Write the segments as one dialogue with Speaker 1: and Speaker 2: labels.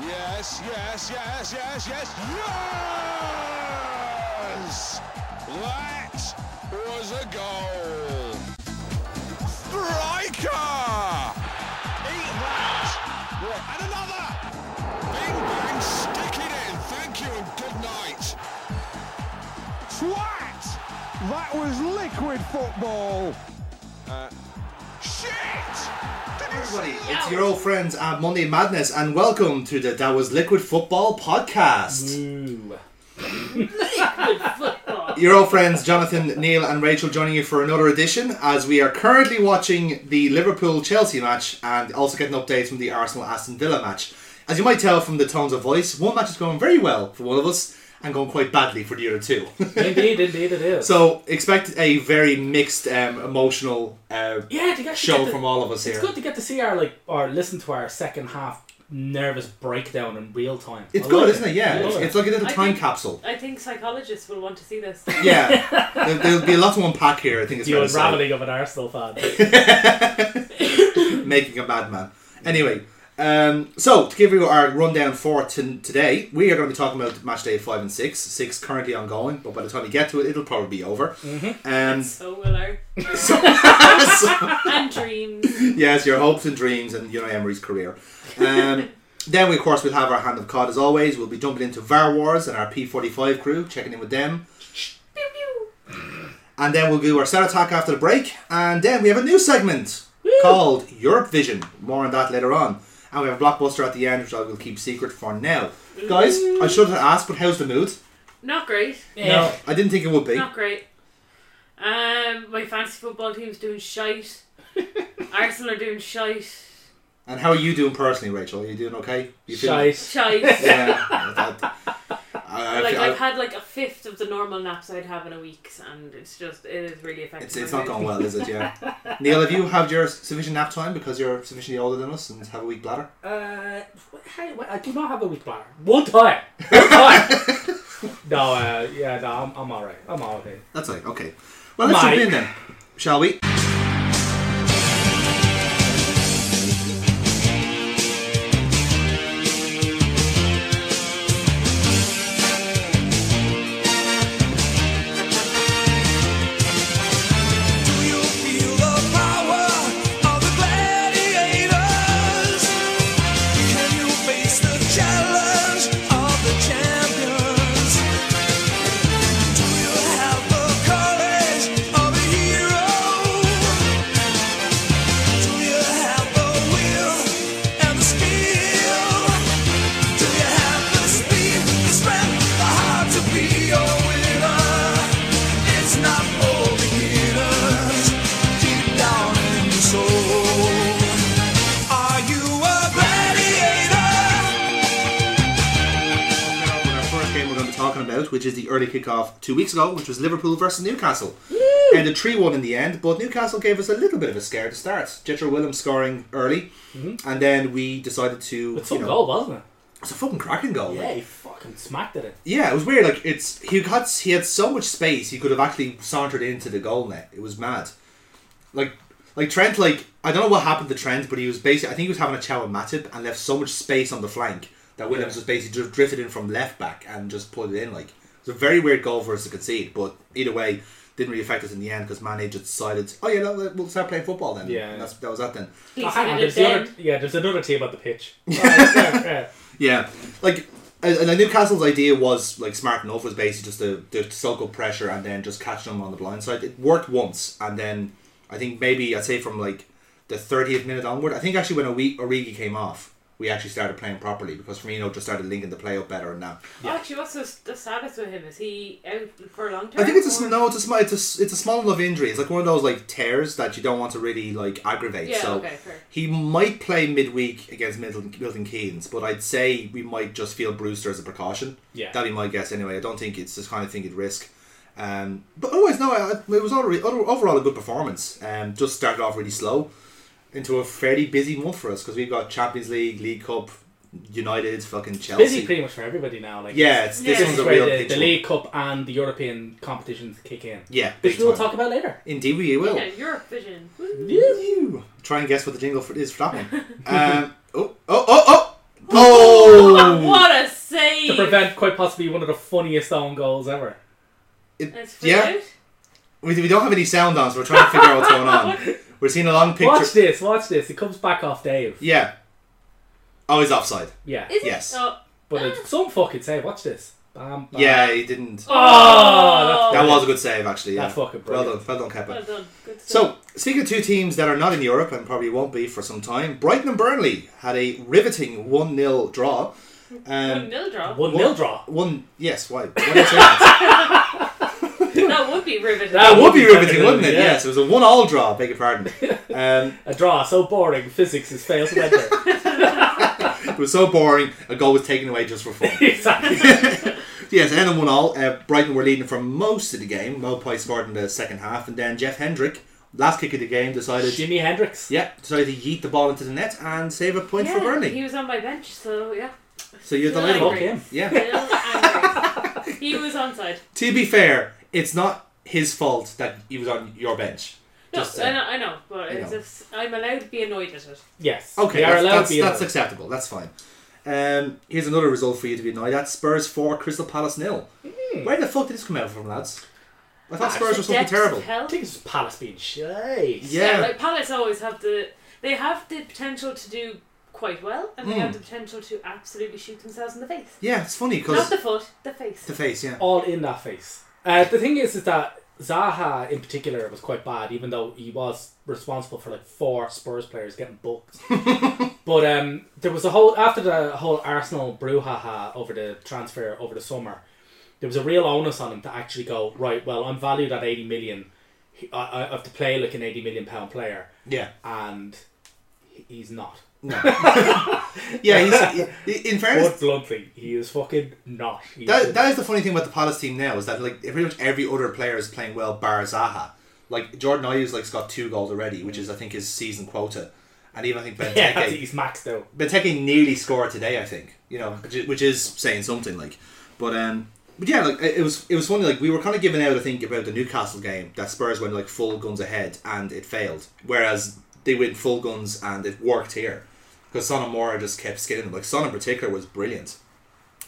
Speaker 1: Yes, yes, yes, yes, yes, yes! That was a goal. Striker! Eat that! And another! Bing bang, stick it in. Thank you and good night. Twat! That was liquid football. Uh, shit! Did you
Speaker 2: Everybody,
Speaker 1: see
Speaker 2: it's
Speaker 1: that?
Speaker 2: your old friends at Monday Madness, and welcome to the That Was Liquid Football podcast.
Speaker 3: Ooh.
Speaker 2: Your old friends Jonathan, Neil, and Rachel joining you for another edition as we are currently watching the Liverpool Chelsea match and also getting updates from the Arsenal Aston Villa match. As you might tell from the tones of voice, one match is going very well for one of us and going quite badly for the other two.
Speaker 3: Indeed, indeed it is.
Speaker 2: so expect a very mixed um, emotional uh,
Speaker 3: yeah, to get, to
Speaker 2: show
Speaker 3: get the,
Speaker 2: from all of us
Speaker 3: It's
Speaker 2: here.
Speaker 3: good to get to see our like or listen to our second half nervous breakdown in real time.
Speaker 2: It's
Speaker 3: I
Speaker 2: good,
Speaker 3: like
Speaker 2: isn't it? Yeah,
Speaker 3: I
Speaker 2: it's,
Speaker 3: love
Speaker 2: it's like a little
Speaker 4: I
Speaker 2: time
Speaker 4: think-
Speaker 2: capsule.
Speaker 4: I think psychologists will want to see this.
Speaker 2: Yeah, there, there'll be a lot to unpack here. I think it's
Speaker 3: the
Speaker 2: fair to say.
Speaker 3: unraveling of an Arsenal fan.
Speaker 2: making a madman. Anyway, um, so to give you our rundown for t- today, we are going to be talking about match day five and six. Six currently ongoing, but by the time we get to it, it'll probably be over.
Speaker 3: Mm-hmm.
Speaker 2: Um,
Speaker 4: So will our
Speaker 2: so-
Speaker 4: and dreams.
Speaker 2: yes, your hopes and dreams, and you know Emery's career. Um, then we of course will have our hand of cod as always. We'll be jumping into VAR Wars and our P forty five crew, checking in with them.
Speaker 4: Pew, pew.
Speaker 2: And then we'll do our set attack after the break. And then we have a new segment called Europe Vision. More on that later on. And we have a blockbuster at the end, which I will keep secret for now. Guys, I should have asked, but how's the mood?
Speaker 4: Not great.
Speaker 3: Yeah.
Speaker 2: I didn't think it would be.
Speaker 4: Not great. Um, my fantasy football team's doing shite. Arsenal are doing shite.
Speaker 2: And how are you doing personally, Rachel? Are you doing okay? You feeling-
Speaker 3: Shite.
Speaker 4: Shite.
Speaker 2: Yeah. I, I- I-
Speaker 4: Like
Speaker 2: I-
Speaker 4: I've had like a fifth of the normal naps I'd have in a week, and it's just it is really affecting.
Speaker 2: it's,
Speaker 4: my
Speaker 2: it's not
Speaker 4: mood.
Speaker 2: going well, is it? Yeah. Neil, have you had your sufficient nap time because you're sufficiently older than us and have a weak bladder?
Speaker 3: Uh, hey, wait, I do not have a weak bladder. One time. One time. no, uh, yeah, no, I'm, I'm all right. I'm all right.
Speaker 2: That's right. Okay. Well, let's
Speaker 3: Mike.
Speaker 2: jump in then, shall we?
Speaker 5: It's not for the haters, deep down in your soul. Are you a gladiator?
Speaker 2: now with our first game we're going to be talking about, which is the early kickoff two weeks ago, which was Liverpool versus Newcastle. And the 3 1 in the end, but Newcastle gave us a little bit of a scare to start. Jetro Willems scoring early, and then we decided to.
Speaker 3: Mm-hmm. It's
Speaker 2: you
Speaker 3: some
Speaker 2: know,
Speaker 3: goal, wasn't it?
Speaker 2: It's a fucking cracking goal.
Speaker 3: Yeah,
Speaker 2: like.
Speaker 3: he fucking smacked at it.
Speaker 2: Yeah, it was weird. Like it's he got he had so much space he could have actually sauntered into the goal net. It was mad. Like like Trent, like I don't know what happened to Trent, but he was basically I think he was having a chat with Matip and left so much space on the flank that Williams
Speaker 3: Yeah.
Speaker 2: was basically just drifted in from left back and just pulled it in. Like it's a very weird goal for us to concede, but either way, didn't really affect us in the end because Mane just decided, oh yeah, no, we'll start playing football then.
Speaker 3: Yeah.
Speaker 2: and that's, that was that then.
Speaker 4: Please
Speaker 3: Oh, hang on,
Speaker 4: send
Speaker 3: there's
Speaker 4: it
Speaker 3: the other,
Speaker 4: then.
Speaker 3: yeah, there's another team on the pitch. All right, yeah, yeah.
Speaker 2: Yeah, like and and Newcastle's idea was like smart enough was basically just to, to soak up pressure and then just catch them on the blind side. It worked once, and then I think maybe I'd say from like the thirtieth minute onward. I think actually when Ori- Origi came off, we actually started playing properly because Firmino just started linking the play up better. And now
Speaker 4: Oh, Actually, what's the, the status with him? Is he out for a long time?
Speaker 2: I think it's a sm-
Speaker 4: or-
Speaker 2: no, it's a small, it's a, s- it's a small enough injury. It's like one of those like tears that you don't want to really like aggravate.
Speaker 4: Yeah,
Speaker 2: so
Speaker 4: okay, fair.
Speaker 2: he might play midweek against Milton, Milton Keynes, but I'd say we might just feel Brewster as a precaution.
Speaker 3: Yeah.
Speaker 2: that'd be my guess anyway. I don't think it's this kind of thing you'd risk. Um, but otherwise, no, I, I- it was all re- o- overall a good performance. Um, just started off really slow into a fairly busy month for us because we've got Champions League, League Cup, United, fucking Chelsea.
Speaker 3: Busy pretty much for everybody now. Like
Speaker 2: yeah, it's, this
Speaker 4: Yeah.
Speaker 2: one's
Speaker 3: This
Speaker 2: a
Speaker 3: is where
Speaker 2: real
Speaker 3: the,
Speaker 2: picture.
Speaker 3: the League Cup and the European competitions kick in.
Speaker 2: Yeah,
Speaker 3: Which
Speaker 2: big
Speaker 3: we'll
Speaker 2: time.
Speaker 3: talk about later.
Speaker 2: Indeed, we will.
Speaker 4: Yeah, Europe vision. Woo.
Speaker 2: You. Try and guess what the jingle for, is for that one. um, oh, oh, oh, oh! Oh!
Speaker 4: Oh, what a
Speaker 3: to
Speaker 4: save!
Speaker 3: prevent quite possibly one of the funniest own goals ever.
Speaker 2: It-
Speaker 4: That's
Speaker 2: yeah,
Speaker 4: weird.
Speaker 2: we, we don't have any sound on, so we're trying to figure out what's going on. We're seeing a long picture.
Speaker 3: Watch this, watch this. It comes back off Dave.
Speaker 2: Yeah. Oh, he's offside.
Speaker 3: Yeah.
Speaker 4: Is it?
Speaker 2: Yes.
Speaker 4: Oh,
Speaker 3: But it's some fucking save. Watch this. Bam, bam.
Speaker 2: Yeah, he didn't.
Speaker 4: Oh,
Speaker 3: Oh,
Speaker 2: That was a Ah, good save, actually. Yeah.
Speaker 3: That's fucking
Speaker 2: Well
Speaker 3: brilliant.
Speaker 2: done, well done, Kepa.
Speaker 4: well done. Good stuff.
Speaker 2: So, speaking of two teams that are not in Europe and probably won't be for some time, Brighton and Burnley had a riveting 1 0 draw.
Speaker 4: One
Speaker 2: Um,
Speaker 4: nil drop.
Speaker 3: one nil draw.
Speaker 2: one, yes, why? Why did I say that?
Speaker 4: That would be riveting.
Speaker 3: That
Speaker 2: That would be riveting,
Speaker 3: riveting,
Speaker 2: wouldn't it?
Speaker 3: yeah.
Speaker 2: Yes, it was a 1 all draw, beg your pardon. Um,
Speaker 3: A draw so boring. Physics has failed to enter.
Speaker 2: it was so boring, a goal was taken away just for fun.
Speaker 3: exactly.
Speaker 2: Yes, and then 1 all. Uh, Brighton were leading for most of the game. Mopai scored in the second half, and then Jeff Hendrick, last kick of the game, decided.
Speaker 3: Jimi Hendrix.
Speaker 2: Yeah, decided to yeet the ball into the net and save a point
Speaker 4: yeah,
Speaker 2: for Burnley.
Speaker 4: He was on my bench, so yeah.
Speaker 2: so you're
Speaker 4: Still
Speaker 2: delighted.
Speaker 3: Fuck
Speaker 4: angry.
Speaker 3: him.
Speaker 2: Yeah.
Speaker 4: Still angry. he was onside.
Speaker 2: To be fair, it's not his fault that he was on your bench.
Speaker 4: No,
Speaker 2: Just, uh,
Speaker 4: I know, I know, but
Speaker 2: I
Speaker 4: it's
Speaker 2: know.
Speaker 4: just I'm allowed to be annoyed at it.
Speaker 3: Yes.
Speaker 2: Okay,
Speaker 3: They are
Speaker 2: that's,
Speaker 3: allowed
Speaker 2: that's,
Speaker 3: to be in
Speaker 2: that's
Speaker 3: it.
Speaker 2: acceptable. That's fine. Um, here's another result for you to be annoyed at: Spurs four, Crystal Palace nil.
Speaker 4: Hmm.
Speaker 2: Where the fuck did this come out from, lads? I thought
Speaker 3: Ah,
Speaker 2: Spurs
Speaker 4: The
Speaker 2: were something
Speaker 4: depths of
Speaker 2: terrible.
Speaker 4: hell.
Speaker 3: I think it's just Palace being shy.
Speaker 4: Yeah,
Speaker 2: Yeah,
Speaker 4: like Palace always have the they have the potential to do quite well, and they
Speaker 2: Hmm.
Speaker 4: have the potential to absolutely shoot themselves in the face.
Speaker 2: yeah. It's funny
Speaker 4: Not
Speaker 2: because
Speaker 4: the Oh. foot, the face.
Speaker 2: the face. Yeah,
Speaker 3: All in that face. Uh, the thing is, is that Zaha in particular was quite bad, even though he was responsible for like four Spurs players getting booked. but um, there was a whole after the whole Arsenal brouhaha over the transfer over the summer. There was a real onus on him to actually go right. Well, I'm valued at eighty million. I, I I have to play like an eighty million pound player,
Speaker 2: yeah,
Speaker 3: and he- he's not.
Speaker 2: yeah. He's, he- in
Speaker 3: But
Speaker 2: fairness,
Speaker 3: bluntly, he is fucking not. He
Speaker 2: that, that is the funny thing about the Palace team now is that like pretty much every other player is playing well, bar Zaha. Like Jordan Ayew's like got two goals already, which is I think his season quota, and even I think Benteke.
Speaker 3: yeah, that's, he's maxed out.
Speaker 2: Benteke nearly scored today, I think. You know, which is, which is saying something. Like, but um, but yeah, like it it was it was funny. Like we were kind of giving out, I think, about the Newcastle game that Spurs went like full guns ahead and it failed, whereas they went full guns and it worked here because Son and Mora just kept skidding them. Like Son in particular was brilliant,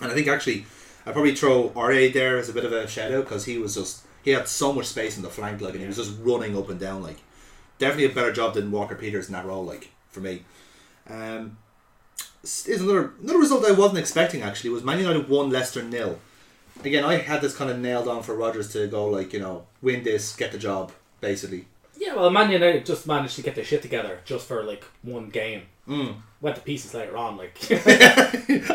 Speaker 2: and I think actually I probably throw Ra there as a bit of a shadow because he was just he had so much space in the flank, like, and he was just running up and down, like. Definitely a better job than Walker Peters in that role, like for me. Um, is another another result I wasn't expecting actually was Man United won Leicester nil. Again, I had this kind of nailed on for Rogers to go like you know win this, get the job basically.
Speaker 3: Yeah, well, Man United just managed to get their shit together just for like one game. Mm. Went to pieces later on. Like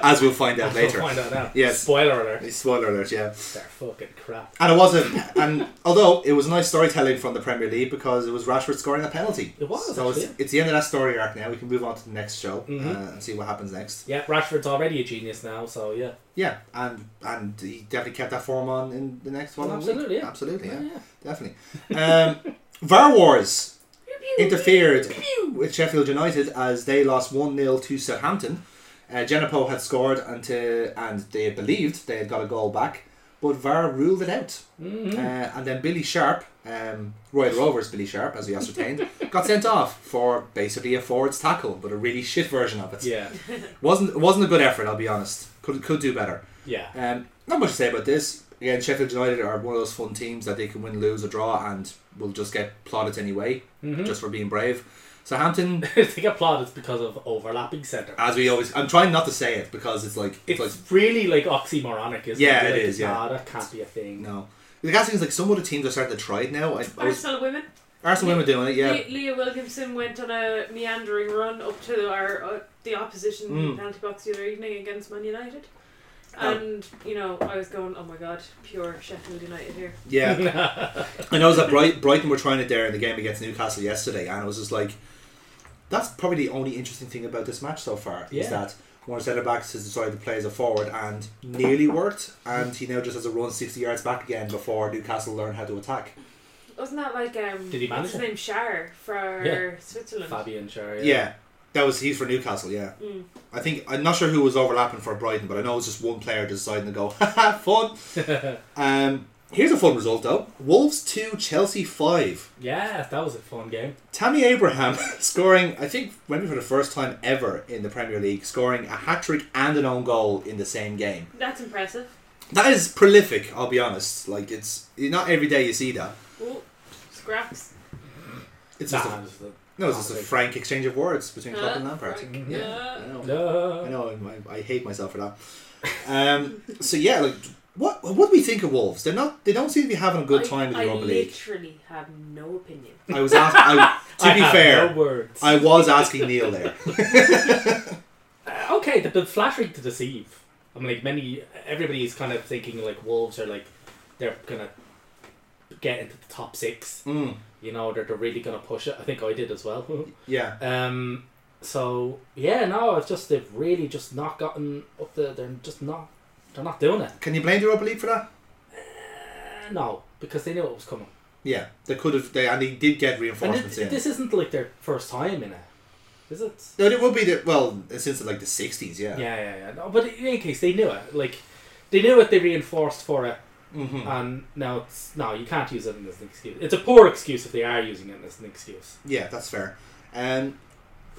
Speaker 2: As we'll find out
Speaker 3: we'll
Speaker 2: later.
Speaker 3: find out now.
Speaker 2: Yes.
Speaker 3: Spoiler alert.
Speaker 2: Spoiler alert, yeah.
Speaker 3: They're fucking crap.
Speaker 2: And it wasn't, and although it was nice storytelling from the Premier League because it was Rashford scoring a penalty.
Speaker 3: It was,
Speaker 2: So it's,
Speaker 3: actually. Mm-hmm.
Speaker 2: it's the end of that story arc now. We can move on to the next show uh, and see what happens next.
Speaker 3: Yeah, Rashford's already a genius now, so yeah.
Speaker 2: Yeah, and and he definitely kept that form on in the next one.
Speaker 3: Oh, Absolutely,
Speaker 2: week.
Speaker 3: yeah. Oh,
Speaker 2: absolutely, yeah,
Speaker 3: Yeah,
Speaker 2: definitely. Um, Var Wars interfered with Sheffield United as they lost 1 0 to Southampton. Uh, Genepo had scored until, and they believed they had got a goal back, but VAR ruled it out.
Speaker 3: Mm-hmm.
Speaker 2: Uh, and then Billy Sharp, um, Royal Rovers Billy Sharp, as we ascertained, got sent off for basically a forwards tackle, but a really shit version of it.
Speaker 3: Yeah,
Speaker 2: Wasn't, wasn't a good effort, I'll be honest. Could, could do better.
Speaker 3: yeah.
Speaker 2: Um, not much to say about this. Again, Sheffield United are one of those fun teams that they can win, lose, or draw, and will just get plaudits anyway, just for being brave. Southampton,
Speaker 3: I think applauded because of overlapping centre.
Speaker 2: as we always, I'm trying not to say it because it's like it's,
Speaker 3: It's
Speaker 2: like
Speaker 3: really like oxymoronic, isn't
Speaker 2: Yeah,
Speaker 3: it?
Speaker 2: it
Speaker 3: Like,
Speaker 2: is, yeah.
Speaker 3: Nah, that can't be a thing.
Speaker 2: no. The gas thing is like some other teams are starting to try it now. I, I was,
Speaker 4: Arsenal women.
Speaker 2: Arsenal women doing it, yeah.
Speaker 4: Le- Leah Wilkinson went on a meandering run up to our uh, the
Speaker 2: Hmm.
Speaker 4: opposition penalty box the other evening against Man United.
Speaker 2: Oh.
Speaker 4: And you know, I was going, oh my god, pure Sheffield United here.
Speaker 2: Yeah. I know that Bright, Brighton were trying it there in the game against Newcastle yesterday, and it was just like, that's probably the only interesting thing about this match so far
Speaker 3: Yeah.
Speaker 2: is that one of the centre backs has decided to play as a forward and nearly worked, and he now just has to run 60 yards back again before Newcastle learn how to attack.
Speaker 4: Wasn't that like um?
Speaker 3: Did he manage
Speaker 4: what's his
Speaker 3: it?
Speaker 4: name? Shar for
Speaker 3: Yeah.
Speaker 4: Switzerland.
Speaker 3: Fabian, sure.
Speaker 2: Yeah. That was he's for Newcastle, yeah. I think I'm not sure who was overlapping for Brighton, but I know it was just one player deciding to go, "Ha ha, fun. um, Here's a fun result though: Wolves two, Chelsea five.
Speaker 3: Yeah, that was a fun game.
Speaker 2: Tammy Abraham scoring, I think, maybe for the first time ever in the Premier League, scoring a hat trick and an own goal in the same game.
Speaker 4: That's impressive.
Speaker 2: That is prolific. I'll be honest. Like it's not every day you see that.
Speaker 4: Oh, scraps.
Speaker 2: It's
Speaker 3: Nah,
Speaker 2: just a,
Speaker 3: it was
Speaker 2: no, it's just a frank exchange of words between Klopp and
Speaker 4: Uh,
Speaker 2: Lampard.
Speaker 4: Frank,
Speaker 2: Yeah,
Speaker 4: uh,
Speaker 2: I know.
Speaker 3: the-
Speaker 2: I
Speaker 3: No.
Speaker 2: know. I'm- I, I hate myself for that. Um, so yeah, like what what do we think of Wolves? They're not. They don't seem to be having a good time in the
Speaker 4: I, I
Speaker 2: Europa League.
Speaker 4: literally have no opinion.
Speaker 2: I was asked. I, to
Speaker 3: I
Speaker 2: be
Speaker 3: have
Speaker 2: fair,
Speaker 3: no words.
Speaker 2: I was asking Neil there.
Speaker 3: Uh, okay, they've been flattering to deceive. I mean, like many, everybody's kind of thinking like Wolves are like they're gonna get into the top six.
Speaker 2: Mm,
Speaker 3: You know, they're, they're really gonna push it. I think I did as well.
Speaker 2: yeah,
Speaker 3: um, so yeah, no, it's just they've really just not gotten up there. They're just not. They're not doing it.
Speaker 2: can you blame the Europa League for that?
Speaker 3: Uh, no, because they knew it was coming.
Speaker 2: Yeah, they could have. They and they did get
Speaker 3: And
Speaker 2: reinforcements
Speaker 3: it,
Speaker 2: in.
Speaker 3: this isn't like their first time in it, is it?
Speaker 2: no, it would be the well since like the sixties. Yeah.
Speaker 3: Yeah, yeah, yeah. No, but in any case, they knew it. Like, they knew it. They reinforced for it,
Speaker 2: Mhm.
Speaker 3: and now it's no. You can't use it as an excuse. It's a poor excuse if they are using it as an excuse.
Speaker 2: Yeah, that's fair. Um,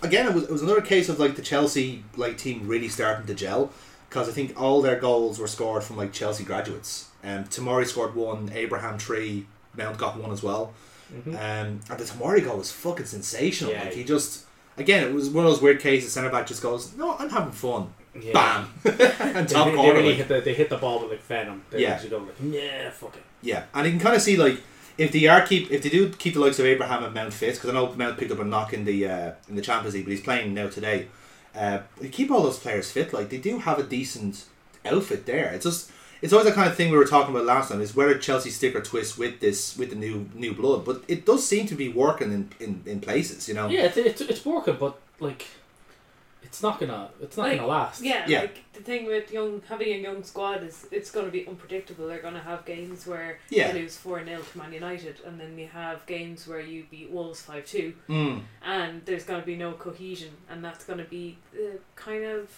Speaker 2: again, it was, it was another case of like the Chelsea like team really starting to gel because I think all their goals were scored from like Chelsea graduates. Um, Tamari scored one, Abraham three, Mount got one as well. Um, and the Tamari goal was fucking sensational.
Speaker 3: Mm-hmm. Yeah.
Speaker 2: Like he just again, it was one of those weird cases. Centre back just goes, "No, I'm having fun."
Speaker 3: Yeah.
Speaker 2: Bam, and
Speaker 3: They,
Speaker 2: top
Speaker 3: they
Speaker 2: corner.
Speaker 3: really
Speaker 2: like-
Speaker 3: hit the, they hit the ball with like venom. They
Speaker 2: Yeah.
Speaker 3: actually go like, yeah, fuck it.
Speaker 2: Yeah, and you can kind of see like if they are keep if they do keep the likes of Abraham and Mount fit because I know Mount picked up a knock in the uh, in the Champions League, but he's playing now today. Uh, they keep all those players fit. Like they do have a decent outfit there. It's just it's always the kind of thing we were talking about last time is whether Chelsea stick or twist with this with the new new blood, but it does seem to be working in in, in places. You know.
Speaker 3: Yeah, it's, it's, it's working, but like, it's not gonna it's not
Speaker 4: Like,
Speaker 3: gonna last.
Speaker 4: Yeah,
Speaker 2: Yeah.
Speaker 4: like the thing with young having a young squad is it's going to be unpredictable. They're going to have games where
Speaker 2: Yeah.
Speaker 4: you lose four 0 to Man United, and then you have games where you beat Wolves five two,
Speaker 2: Mm.
Speaker 4: and there's going to be no cohesion, and that's going to be the kind of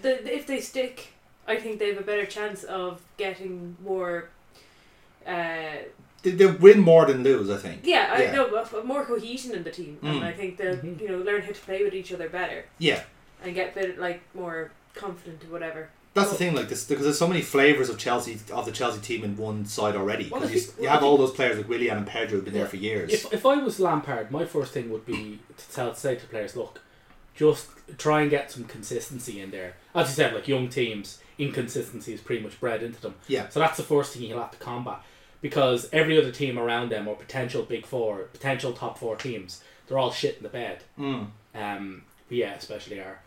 Speaker 4: the the- if they stick, I think they have a better chance of getting more. Uh,
Speaker 2: They, they win more than lose. I think.
Speaker 4: yeah,
Speaker 2: Yeah.
Speaker 4: I know of- of more cohesion in the team,
Speaker 2: Mm.
Speaker 4: and I think they'll
Speaker 3: Mhm.
Speaker 4: you know learn how to play with each other better
Speaker 2: Yeah.
Speaker 4: and get better, like more confident or whatever.
Speaker 2: That's the thing, like this, because there's so many flavors of Chelsea of the Chelsea team in one side already.
Speaker 3: Well,
Speaker 2: 'cause
Speaker 3: I
Speaker 2: you,
Speaker 3: think-
Speaker 2: you
Speaker 3: well, I
Speaker 2: have all those players like Willian and Pedro who've been there for years.
Speaker 3: If, if I was Lampard, my first thing would be to tell say to players, look, just try and get some consistency in there. As you said, like young teams, inconsistency is pretty much bred into them.
Speaker 2: Yeah.
Speaker 3: So that's the first thing he'll have to combat because every other team around them or potential big four, potential top four teams, they're all shit in the bed.
Speaker 2: Mm.
Speaker 3: Um, yeah, especially are.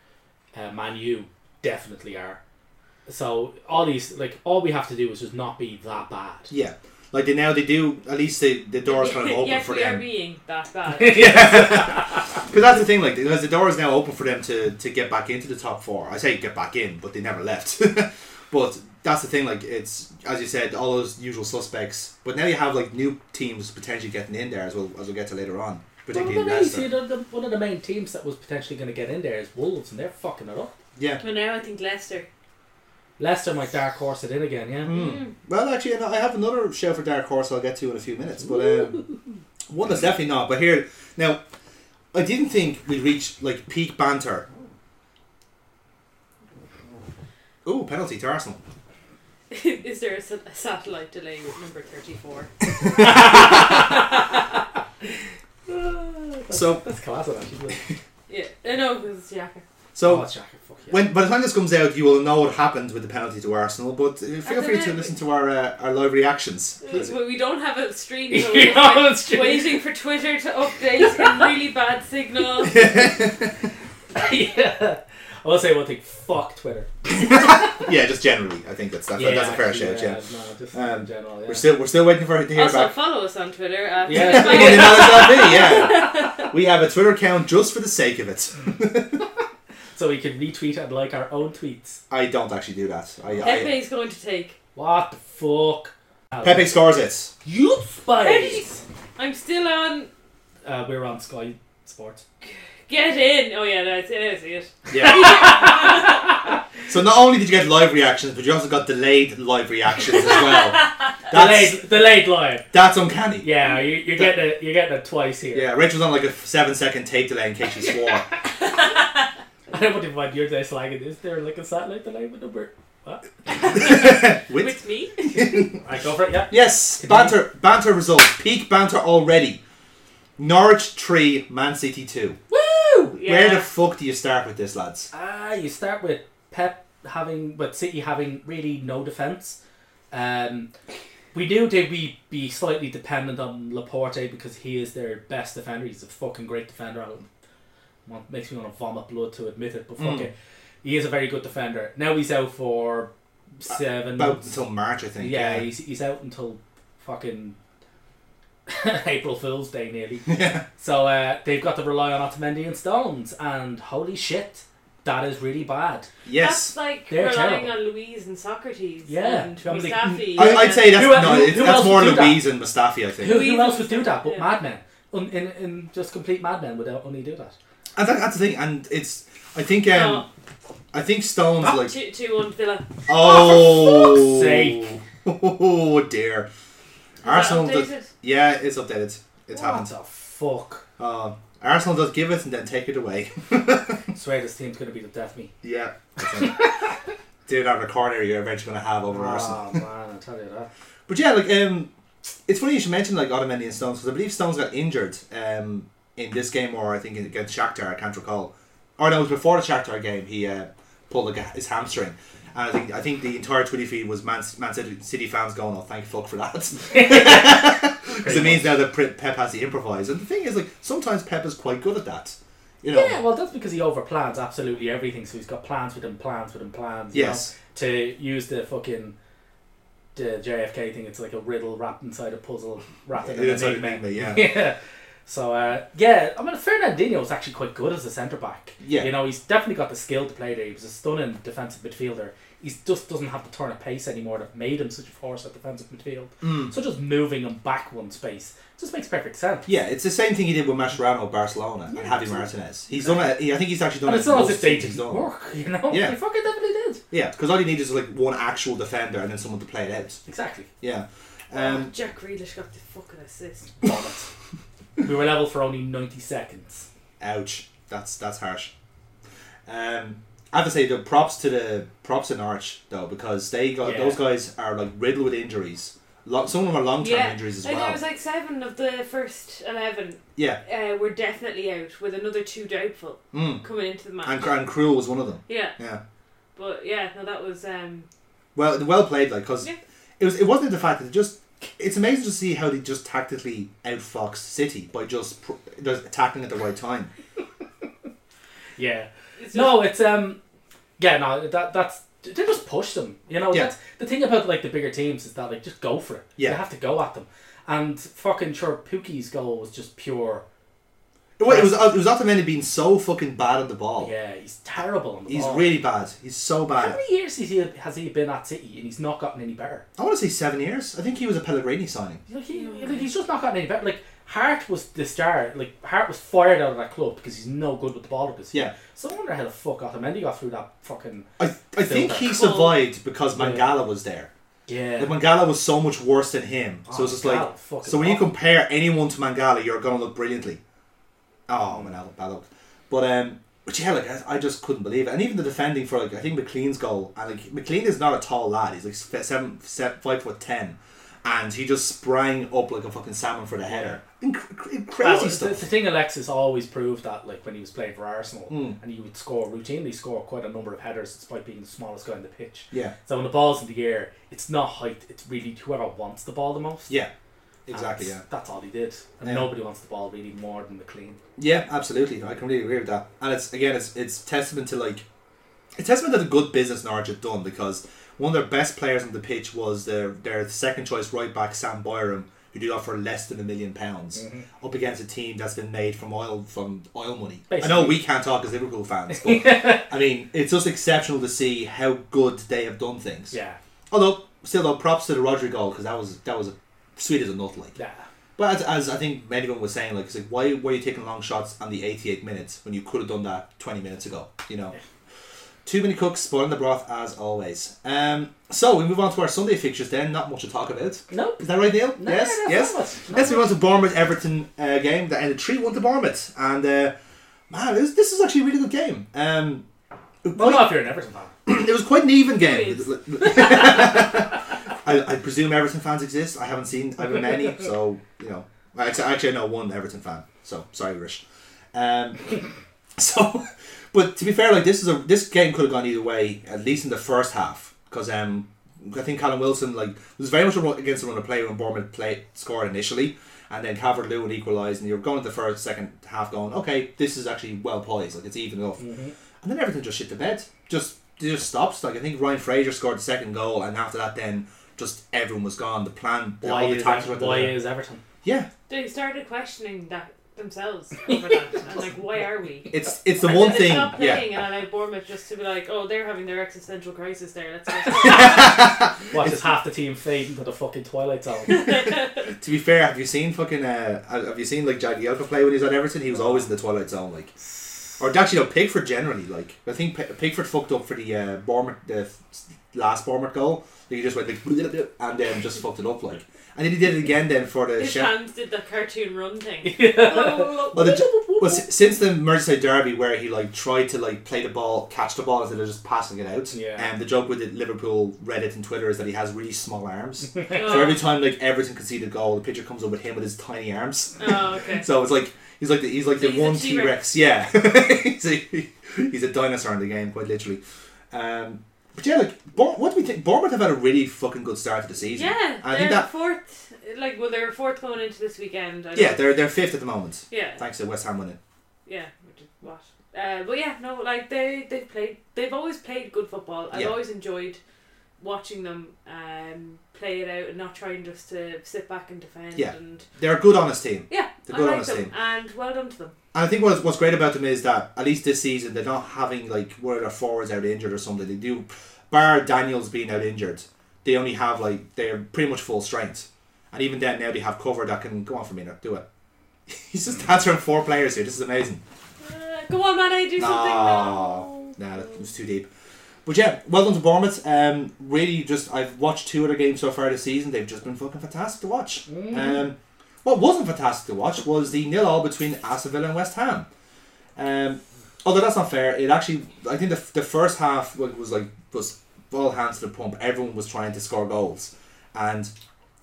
Speaker 3: Uh, Man U definitely are. So all these like all we have to do is just not be that bad.
Speaker 2: Yeah, like they now they do at least the the door's kind of open
Speaker 4: yes,
Speaker 2: for
Speaker 4: we are
Speaker 2: them
Speaker 4: being that bad.
Speaker 2: because that's the thing, like because the door is now open for them to to get back into the top four. I say get back in, but they never left. but that's the thing, like it's as you said, all those usual suspects. But now you have like new teams potentially getting in there as well as we'll get to later on,
Speaker 3: Well,
Speaker 2: particularly
Speaker 3: then I
Speaker 2: Leicester.
Speaker 3: see the, the, one of the main teams that was potentially going to get in there is Wolves, and they're fucking it up.
Speaker 2: Yeah.
Speaker 4: Well, now I think Leicester.
Speaker 3: Leicester might dark horse it in again, yeah.
Speaker 2: Hmm.
Speaker 3: Mm.
Speaker 2: Well, actually, you know, I have another show for Dark Horse I'll get to in a few minutes, but um, one that's definitely not. But here, now, I didn't think we'd reach like peak banter. Ooh, penalty to Arsenal.
Speaker 4: Is there a, sa- a satellite delay with number 34?
Speaker 3: That's,
Speaker 2: So-
Speaker 3: that's classic actually.
Speaker 4: Yeah, I know, because it's Jacker.
Speaker 3: Oh,
Speaker 2: So,
Speaker 3: it's Jack, fuck yeah.
Speaker 2: when by the time this comes out, you will know what happened with the penalty to Arsenal. But uh, feel free to listen to our uh, our live reactions.
Speaker 4: We we don't have a stream, so
Speaker 3: You
Speaker 4: we're
Speaker 3: know,
Speaker 4: just
Speaker 3: it's true.
Speaker 4: waiting for Twitter to update in really bad signal.
Speaker 3: yeah. I will say one thing. Fuck Twitter.
Speaker 2: Yeah, just generally, I think that's that's, that's a fair
Speaker 3: actually,
Speaker 2: shout. Yeah,
Speaker 3: No, just
Speaker 2: Um,
Speaker 3: in general. Yeah.
Speaker 2: we're still we're still waiting for to hear
Speaker 4: Also,
Speaker 2: back.
Speaker 4: follow us on Twitter. At
Speaker 3: Yeah.
Speaker 2: Well, you know it's not me, yeah. We have a Twitter account just for the sake of it.
Speaker 3: so we can retweet and like our own tweets.
Speaker 2: I don't actually do that. I, I,
Speaker 4: Pepe's going to take.
Speaker 3: What the fuck?
Speaker 2: Pepe scores it.
Speaker 3: you
Speaker 4: How did you-
Speaker 3: spies.
Speaker 4: I'm still on.
Speaker 3: Uh, we're on Sky Sports.
Speaker 4: Get in! Oh yeah, no, I see I see it.
Speaker 2: Yeah. so not only did you get live reactions, but you also got delayed live reactions as well. That's
Speaker 3: Delayed, delayed live.
Speaker 2: that's uncanny.
Speaker 3: Yeah, you, you're
Speaker 2: That-
Speaker 3: getting it. You're getting it twice here.
Speaker 2: Yeah, Rachel's on like a seven second tape delay in case she swore.
Speaker 3: I don't want to find your day slagging. Is there like a satellite delay with number? What?
Speaker 2: With
Speaker 4: With me?
Speaker 3: I go for it. Yeah.
Speaker 2: yes, banter banter results. Peak banter already. Norwich three, Man City two.
Speaker 3: Woo!
Speaker 4: Yeah.
Speaker 2: Where the fuck do you start with this, lads?
Speaker 3: Ah, you start with Pep having, but City having really no defense. Um, we knew that we be slightly dependent on Laporte because he is their best defender. He's a fucking great defender. I don't- want- makes me want to vomit blood to admit it, but fuck
Speaker 2: Mm.
Speaker 3: it. He is a very good defender. Now he's out for seven.
Speaker 2: About until March, I think.
Speaker 3: yeah, he's he's out until fucking April Fool's Day nearly.
Speaker 2: Yeah.
Speaker 3: So uh, they've got to rely on Otamendi and Stones, and holy shit, that is really bad.
Speaker 2: yes.
Speaker 4: That's like
Speaker 3: They're
Speaker 4: relying
Speaker 3: terrible.
Speaker 4: on Louise and Socrates
Speaker 3: Yeah,
Speaker 4: and
Speaker 3: I'm like,
Speaker 4: Mustafi.
Speaker 2: I, I'd say that's
Speaker 3: Who-
Speaker 2: no.
Speaker 3: who-
Speaker 2: it's
Speaker 3: who
Speaker 2: that's
Speaker 3: else
Speaker 2: more
Speaker 3: would do that?
Speaker 2: Louise and Mustafi, I think.
Speaker 3: Who, who
Speaker 4: Louise
Speaker 3: else
Speaker 4: and
Speaker 3: would do that but
Speaker 4: Stones, yeah.
Speaker 3: madmen? Un, in, in just complete madmen would only do that.
Speaker 2: And that, that's the thing, and it's. I think. Um,
Speaker 4: No.
Speaker 2: I think Stones like.
Speaker 4: Two, two one Villa.
Speaker 2: Oh,
Speaker 3: fuck's sake.
Speaker 2: Oh dear. Arsenal does.
Speaker 4: updated?
Speaker 2: Yeah, it's updated. It's happened.
Speaker 3: What the fuck?
Speaker 2: Uh, Arsenal does give it and then take it away.
Speaker 3: I swear this team's gonna be the death of me.
Speaker 2: yeah. Dude, out of the corner you're eventually gonna have over Arsenal.
Speaker 3: Oh man, I tell you that.
Speaker 2: But yeah, like um, it's funny you should mention like Otamendi and Stones because I believe Stones got injured um in this game or I think against Shakhtar I can't recall. Or no, it was before the Shakhtar game he uh, pulled like, a- his hamstring. And I think I think the entire Twitter feed was Man, Man City, City fans going, "Oh, thank fuck for that," because it means now that Pre- Pep has to improvise. And the thing is, like sometimes Pep is quite good at that. You know,
Speaker 3: Yeah, well that's because he overplans absolutely everything. So he's got plans within plans within plans. you know?
Speaker 2: yes,
Speaker 3: to use the fucking the JFK thing, it's like a riddle wrapped inside a puzzle wrapped in
Speaker 2: Yeah,
Speaker 3: an
Speaker 2: it's like an
Speaker 3: enigma.
Speaker 2: enigma, yeah.
Speaker 3: So uh, yeah, I mean Fernandinho was actually quite good as a centre back.
Speaker 2: Yeah.
Speaker 3: You know, he's definitely got the skill to play there. He was a stunning defensive midfielder. He just doesn't have the turn of pace anymore that made him such a force at defensive midfield.
Speaker 2: Mm.
Speaker 3: So just moving him back one space just makes perfect sense.
Speaker 2: yeah, it's the same thing he did with Mascherano at Barcelona and Javi Martinez. He's done it. he- I think he's actually done
Speaker 3: And
Speaker 2: it.
Speaker 3: it's not as
Speaker 2: most
Speaker 3: if they
Speaker 2: teams
Speaker 3: didn't
Speaker 2: done.
Speaker 3: work, you know?
Speaker 2: Yeah.
Speaker 3: They fucking definitely did.
Speaker 2: Yeah, because all you need is like one actual defender and then someone to play it out.
Speaker 3: Exactly.
Speaker 2: Yeah. Um,
Speaker 4: Oh, Jack Grealish got the fucking assist.
Speaker 3: Bollocks. we were level for only 90 seconds.
Speaker 2: ouch. That's that's harsh. Um, I have to say the props to the props in Norwich though because they got
Speaker 3: Yeah.
Speaker 2: those guys are like riddled with injuries. Lo- some of them are long term
Speaker 4: Yeah,
Speaker 2: injuries as
Speaker 4: like
Speaker 2: well.
Speaker 4: there was like seven of the first eleven
Speaker 2: yeah,
Speaker 4: uh, were definitely out, with another two doubtful
Speaker 2: mm.
Speaker 4: coming into the match.
Speaker 2: and and Cruel was one of them.
Speaker 4: yeah,
Speaker 2: Yeah.
Speaker 4: but yeah, no, that was um,
Speaker 2: Well, well played, like because
Speaker 4: Yeah.
Speaker 2: it was. It wasn't the fact that it just. It's amazing to see how they just tactically outfoxed City by just pr- just attacking at the right time.
Speaker 3: Yeah.
Speaker 4: it's just-
Speaker 3: No, it's um, yeah, no, that that's they just push them. You know,
Speaker 2: Yeah.
Speaker 3: that's the thing about like the bigger teams is that like just go for it.
Speaker 2: Yeah.
Speaker 3: you have to go at them. And fucking sure, Pookie's goal was just pure.
Speaker 2: Well, it was it was Otamendi being so fucking bad on the ball.
Speaker 3: Yeah, he's terrible on the
Speaker 2: Oh. He's
Speaker 3: ball.
Speaker 2: really bad. He's so
Speaker 3: How
Speaker 2: bad.
Speaker 3: many years has he has he been at City and he's not gotten any better?
Speaker 2: I want to say seven years. I think he was a Pellegrini signing.
Speaker 3: Like, he, like, he's just not gotten any better. Like Hart was discharged. Like Hart was fired out of that club because he's no good with the ball. Because
Speaker 2: Yeah.
Speaker 3: so I wonder how the fuck Otamendi got through that fucking
Speaker 2: I, I think he
Speaker 4: Cool.
Speaker 2: survived because
Speaker 3: Yeah.
Speaker 2: Mangala was there.
Speaker 3: yeah.
Speaker 2: But Mangala was so much worse than him.
Speaker 3: Oh,
Speaker 2: So it's just
Speaker 3: Mangala,
Speaker 2: like
Speaker 3: fucking
Speaker 2: so when you
Speaker 3: awful.
Speaker 2: compare anyone to Mangala, you're gonna look brilliantly. Oh, Mangala, bad luck. But um, but yeah, like I, I just couldn't believe it. And even the defending for like I think McLean's goal. And like McLean is not a tall lad. He's like se- seven, se- five foot ten, and he just sprang up like a fucking salmon for the header. Inc- inc-
Speaker 3: Well,
Speaker 2: crazy
Speaker 3: the-
Speaker 2: stuff.
Speaker 3: The thing Alexis always proved that, like when he was playing for Arsenal,
Speaker 2: Hmm.
Speaker 3: and he would score routinely score quite a number of headers despite being the smallest guy on the pitch.
Speaker 2: Yeah.
Speaker 3: So when the ball's in the air, it's not height; it's really whoever wants the ball the most.
Speaker 2: Yeah,
Speaker 3: And
Speaker 2: exactly. Yeah,
Speaker 3: that's- That's all he did, and
Speaker 2: Yeah.
Speaker 3: nobody wants the ball really more than McLean.
Speaker 2: yeah, absolutely. I completely agree with that. And it's again, it's it's testament to like, it's testament to the good business Norwich have done because one of their best players on the pitch was their their second choice right back Sam Byram, who did that for less than a million pounds, up against a team that's been made from oil from oil money. I know
Speaker 3: Basically.
Speaker 2: we can't talk as Liverpool fans, but I mean, it's just exceptional to see how good they have done things.
Speaker 3: Yeah,
Speaker 2: Although, still, though, props to the Rodri goal because that was that was sweet as a nut, like.
Speaker 3: yeah.
Speaker 2: But as, as I think Medigan was saying, like, it's like why were you taking long shots on the 88 minutes when you could have done that 20 minutes ago? You know, too many cooks spoiling the broth as always. Um, so we move on to our Sunday fixtures. Then not much to talk about.
Speaker 3: Nope.
Speaker 2: Is that right, Neil?
Speaker 3: No,
Speaker 2: yes,
Speaker 3: no, no,
Speaker 2: yes.
Speaker 3: not much, not
Speaker 2: Let's move on to Bournemouth Everton uh, game that ended three one to Bournemouth, and uh, man, this, this is actually a really good game. Um,
Speaker 3: Well, not if you're an Everton fan.
Speaker 2: it was quite an even game.
Speaker 4: Please.
Speaker 2: I, I presume Everton fans exist. I haven't seen I haven't many, so you know. I Actually, actually, I know one Everton fan. So sorry, Rich. Um, so, but to be fair, like this is a this game could have gone either way. At least in the first half, because um, I think Callum Wilson like was very much a run- against the run of play when Bournemouth play scored initially, and then Calvert Lewin equalised, and you're going to the first second half going, okay, this is actually well poised, like it's even enough,
Speaker 3: Mm-hmm.
Speaker 2: and then everything just shit to bed, just it just stops. Like I think Ryan Fraser scored the second goal, and after that, then just everyone was gone. The plan,
Speaker 3: Why,
Speaker 2: all the
Speaker 3: is,
Speaker 2: tactics were
Speaker 3: Everton, why
Speaker 2: there.
Speaker 3: is Everton?
Speaker 2: yeah,
Speaker 4: They started questioning that themselves over that. And like, why are we?
Speaker 2: it's it's the
Speaker 4: And
Speaker 2: one
Speaker 4: then
Speaker 2: thing.
Speaker 4: They stopped
Speaker 2: Yeah,
Speaker 4: playing and I like Bournemouth just to be like, oh, they're having their existential crisis there. Let's go.
Speaker 3: Watch as half the team fade into the fucking Twilight Zone.
Speaker 2: to be fair, have you seen fucking uh, have you seen like Jagielka play when he was at Everton? He was always in the twilight zone, like. Or actually, no, Pickford generally like I think P- Pickford fucked up for the uh, Bournemouth the f- last Bournemouth goal. He just went like and then just fucked it up like, and then he did it again then for the
Speaker 4: His
Speaker 2: Shef-
Speaker 4: hands did that cartoon run thing. Oh,
Speaker 2: Well, the, well, si- since the Merseyside derby where he like tried to like play the ball, catch the ball instead of just passing it out.
Speaker 3: Yeah.
Speaker 2: And the joke with the Liverpool Reddit and Twitter is that he has really small arms. so every time like Everton conceded a goal, the picture comes up with him with his tiny arms.
Speaker 4: Oh, okay.
Speaker 2: So it's like he's like the, he's like
Speaker 4: So
Speaker 2: the
Speaker 4: he's a
Speaker 2: one T
Speaker 4: T-Rex.
Speaker 2: Rex. Yeah, he's, a, he's a dinosaur in the game, quite literally. Um, but yeah, like Bour- what do we think? Bournemouth have had a really fucking good start to the season.
Speaker 4: Yeah,
Speaker 2: I
Speaker 4: they're
Speaker 2: think that
Speaker 4: fourth. Like, well, they're fourth going into this weekend. I
Speaker 2: yeah
Speaker 4: know.
Speaker 2: they're they're fifth at the moment
Speaker 4: yeah,
Speaker 2: thanks to West Ham winning.
Speaker 4: yeah. Which is what? Uh, but yeah, no, like they they've played. They've always played good football. I've
Speaker 2: Yeah.
Speaker 4: always enjoyed watching them um, play it out and not trying just to sit back and defend.
Speaker 2: Yeah.
Speaker 4: and
Speaker 2: They're a good honest team.
Speaker 4: yeah,
Speaker 2: They're
Speaker 4: I
Speaker 2: good on
Speaker 4: like
Speaker 2: this
Speaker 4: them,
Speaker 2: team.
Speaker 4: and well done to them.
Speaker 2: And I think what's, what's great about them is that at least this season they're not having like one of their forwards out injured or something. They do, bar Daniels being out injured, they only have like they're pretty much full strength, and even then now they have cover that can go on for me now do it. He's just answering four players here. This is amazing.
Speaker 4: Uh, go on, man! I do something.
Speaker 2: No,
Speaker 4: No.
Speaker 2: Ah, nah, that was too deep. But yeah, well done to Bournemouth. Um, really, just I've watched two other games so far this season. They've just been fucking fantastic to watch. Um, what wasn't fantastic to watch was the nil all between Aston Villa and West Ham. Um, although that's not fair. It actually, I think the, the first half wa- was like was all hands to the pump. Everyone was trying to score goals, and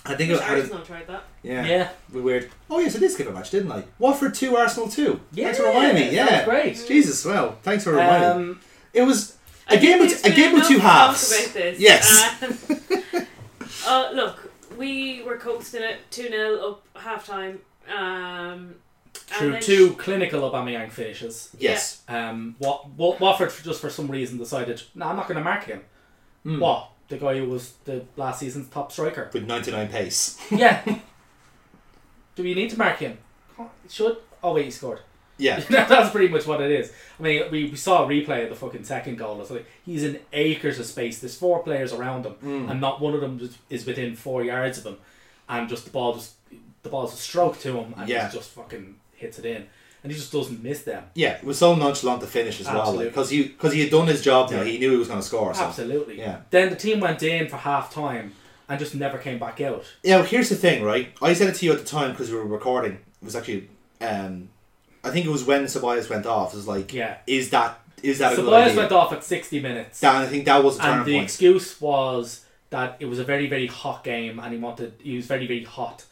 Speaker 2: I think it
Speaker 4: Wish
Speaker 2: was out of-
Speaker 4: Arsenal tried that.
Speaker 2: yeah,
Speaker 3: yeah.
Speaker 2: we weird. Oh yes, I did skip a match, didn't I? Watford two, Arsenal two. thanks for reminding me.
Speaker 3: that was
Speaker 2: Yeah,
Speaker 3: great.
Speaker 2: Jesus, well, thanks for reminding. me.
Speaker 3: Um,
Speaker 2: It was
Speaker 4: I
Speaker 2: a
Speaker 4: think
Speaker 2: game
Speaker 4: there's
Speaker 2: with a
Speaker 4: been
Speaker 2: game with
Speaker 4: enough
Speaker 2: two
Speaker 4: to talk
Speaker 2: halves.
Speaker 4: about this. Uh,
Speaker 2: Yes.
Speaker 4: Um, uh, look, we were coasting it 2 0 up half time. Um, and
Speaker 3: through
Speaker 4: then-
Speaker 3: two clinical Aubameyang finishes.
Speaker 2: yes.
Speaker 3: Um, Wat- Wat- Watford just for some reason decided, no, I'm not going to mark him.
Speaker 2: Mm.
Speaker 3: What? The guy who was the last season's top striker.
Speaker 2: With 99 pace.
Speaker 3: yeah. Do we need to mark him? Should? Oh wait, he scored.
Speaker 2: Yeah.
Speaker 3: That's pretty much what it is. I mean, we, we saw a replay of the fucking second goal. It's like he's in acres of space. There's four players around him, and not one of them is- is within four yards of him. And just the ball just the ball's a stroke to him, and
Speaker 2: Yeah.
Speaker 3: he just fucking hits it in, and he just doesn't miss them.
Speaker 2: Yeah, it was so nonchalant to finish as well.
Speaker 3: Absolutely.
Speaker 2: Because he, cause he had done his job now.
Speaker 3: Yeah.
Speaker 2: He knew he was going to score. So.
Speaker 3: Absolutely.
Speaker 2: Yeah.
Speaker 3: Then the team went in for half time and just never came back out.
Speaker 2: Now, here's the thing, right? I said it to you at the time because we were recording. It was actually, um, I think it was when Sabias went off. It was like,
Speaker 3: Yeah.
Speaker 2: is that is that a good
Speaker 3: Sabias
Speaker 2: idea?
Speaker 3: went off at 60 minutes.
Speaker 2: That- I think that was a turning
Speaker 3: and the
Speaker 2: point.
Speaker 3: excuse was that it was a very very hot game and he wanted he was very very hot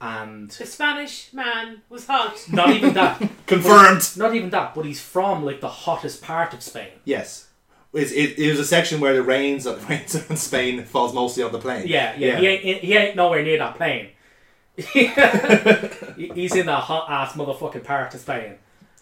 Speaker 3: and
Speaker 4: The Spanish man was hot.
Speaker 3: not even that
Speaker 2: Confirmed.
Speaker 3: not even that but he's from like the hottest part of Spain
Speaker 2: Yes. It's, it, it was a section where the rains, the rains in Spain falls mostly on the plain.
Speaker 3: yeah yeah, He, ain't, he ain't nowhere near that plane He- he's in that hot ass motherfucking part of Spain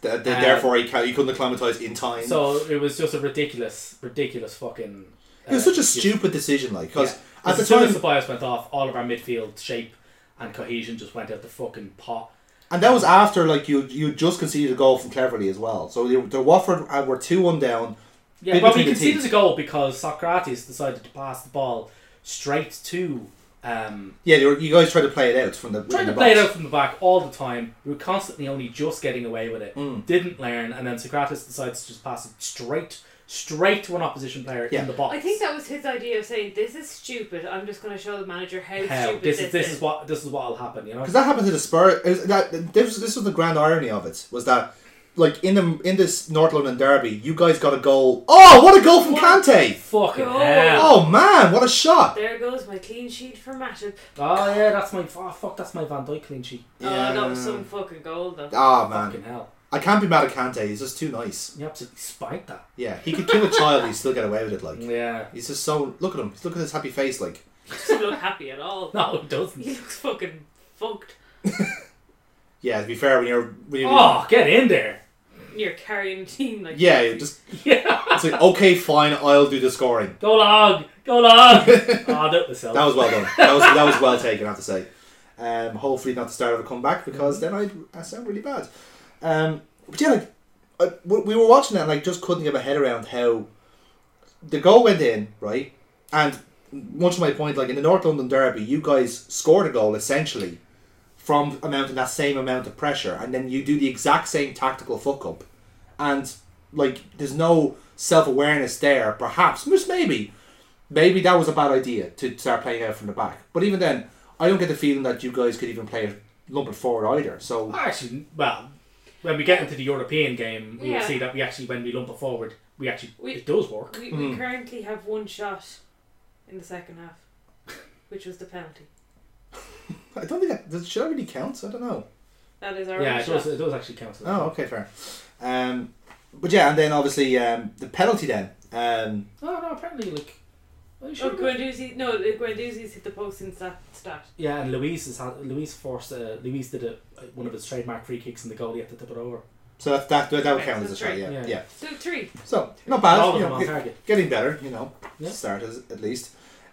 Speaker 2: Th- th-
Speaker 3: Um,
Speaker 2: therefore, he, ca- he couldn't acclimatise in time.
Speaker 3: so it was just a ridiculous ridiculous fucking
Speaker 2: It was
Speaker 3: uh,
Speaker 2: such a stupid decision, like, because at the
Speaker 3: as soon as
Speaker 2: time,
Speaker 3: the bias went off all of our midfield shape and cohesion just went out the fucking pot
Speaker 2: and that was after like you you just conceded a goal from Cleverly as well. So you- the Watford uh, were two one down.
Speaker 3: Yeah,
Speaker 2: Bit
Speaker 3: well, we
Speaker 2: between the
Speaker 3: conceded
Speaker 2: teams.
Speaker 3: a goal because Socrates decided to pass the ball straight to Um,
Speaker 2: Yeah, you you guys try to play it out from the in
Speaker 3: trying
Speaker 2: the
Speaker 3: to play it
Speaker 2: box.
Speaker 3: out from the back all the time. We were constantly only just getting away with it.
Speaker 2: Mm.
Speaker 3: Didn't learn, and then Socrates decides to just pass it straight, straight to an opposition player
Speaker 2: Yeah.
Speaker 3: in the box.
Speaker 4: I think that was his idea of saying, "This is stupid. I'm just going to show the manager how,
Speaker 3: Hell,
Speaker 4: stupid
Speaker 3: this is this is what this is what'll happen. You know,
Speaker 2: Because that happened to the Spurs. It was, that this was, this was the grand irony of it was that, like in the in this North London derby, you guys got a goal. Oh, what a goal from
Speaker 4: What?
Speaker 2: Kante!
Speaker 3: fucking
Speaker 4: Go.
Speaker 3: hell.
Speaker 2: Oh man, what a shot!
Speaker 4: There goes my clean sheet for matchup.
Speaker 3: Oh yeah, that's my oh, fuck. That's my Van Dijk clean sheet.
Speaker 2: Yeah.
Speaker 4: Oh, that was some fucking goal though.
Speaker 2: Ah
Speaker 3: Fucking
Speaker 2: man,
Speaker 3: hell.
Speaker 2: I can't be mad at Kante. He's just too nice.
Speaker 3: He absolutely spanked that.
Speaker 2: Yeah, he could kill a child. He'd still get away with it. Like
Speaker 3: Yeah.
Speaker 2: he's just so. Look at him. Look at his happy face. Like
Speaker 4: Doesn't look happy at all.
Speaker 3: No, it doesn't.
Speaker 4: He looks fucking fucked.
Speaker 2: yeah. To be fair, when you're when you're
Speaker 3: Oh, get in there.
Speaker 4: You're carrying a team like
Speaker 2: yeah, you just
Speaker 3: Yeah.
Speaker 2: it's like okay, fine, I'll do the scoring.
Speaker 3: Go long. Go long. oh, that myself.
Speaker 2: That was well done. That was that was well taken. I have to say. Um, hopefully not the start of a comeback because then I'd I sound really bad. Um, but yeah, like I, we we were watching that and like just couldn't get my head around how the goal went in right and much to my point like in the North London Derby you guys scored a goal essentially from amounting that same amount of pressure and then you do the exact same tactical fuck up and like there's no self awareness there perhaps just maybe maybe that was a bad idea to start playing out from the back. But even then, I don't get the feeling that you guys could even play lump it forward either. So
Speaker 3: Actually, well, when we get into the European game, we will
Speaker 4: Yeah.
Speaker 3: see that we actually, when we lump it forward, we actually
Speaker 4: We-
Speaker 3: it does work.
Speaker 4: We,
Speaker 2: Hmm.
Speaker 4: we currently have one shot in the second half, which was the penalty.
Speaker 2: I don't think that does, should that really count. I don't know.
Speaker 4: That is our
Speaker 3: Yeah,
Speaker 4: yeah,
Speaker 3: it
Speaker 4: shot.
Speaker 3: does. It does actually count. as a-
Speaker 2: Oh, okay, fair. Um, but yeah, and then obviously um, the penalty then. Um,
Speaker 3: Oh no! Apparently, like. Are you
Speaker 4: Oh,
Speaker 3: sure?
Speaker 4: Guendouzi, no, uh, Guendouzi's hit the post in that stat.
Speaker 3: yeah, and Luis is had Luis forced uh, Luis did a, one of his trademark free kicks and the goalie had to tip it over.
Speaker 2: so that that that would
Speaker 4: Okay,
Speaker 2: count as
Speaker 4: so
Speaker 2: a shot.
Speaker 4: three.
Speaker 2: Yeah, yeah,
Speaker 3: Yeah.
Speaker 4: So three.
Speaker 2: So not bad.
Speaker 3: All of
Speaker 2: you
Speaker 3: them
Speaker 2: know,
Speaker 3: on
Speaker 2: get-
Speaker 3: target.
Speaker 2: Getting better, you know.
Speaker 3: Yeah.
Speaker 2: Start as, at least.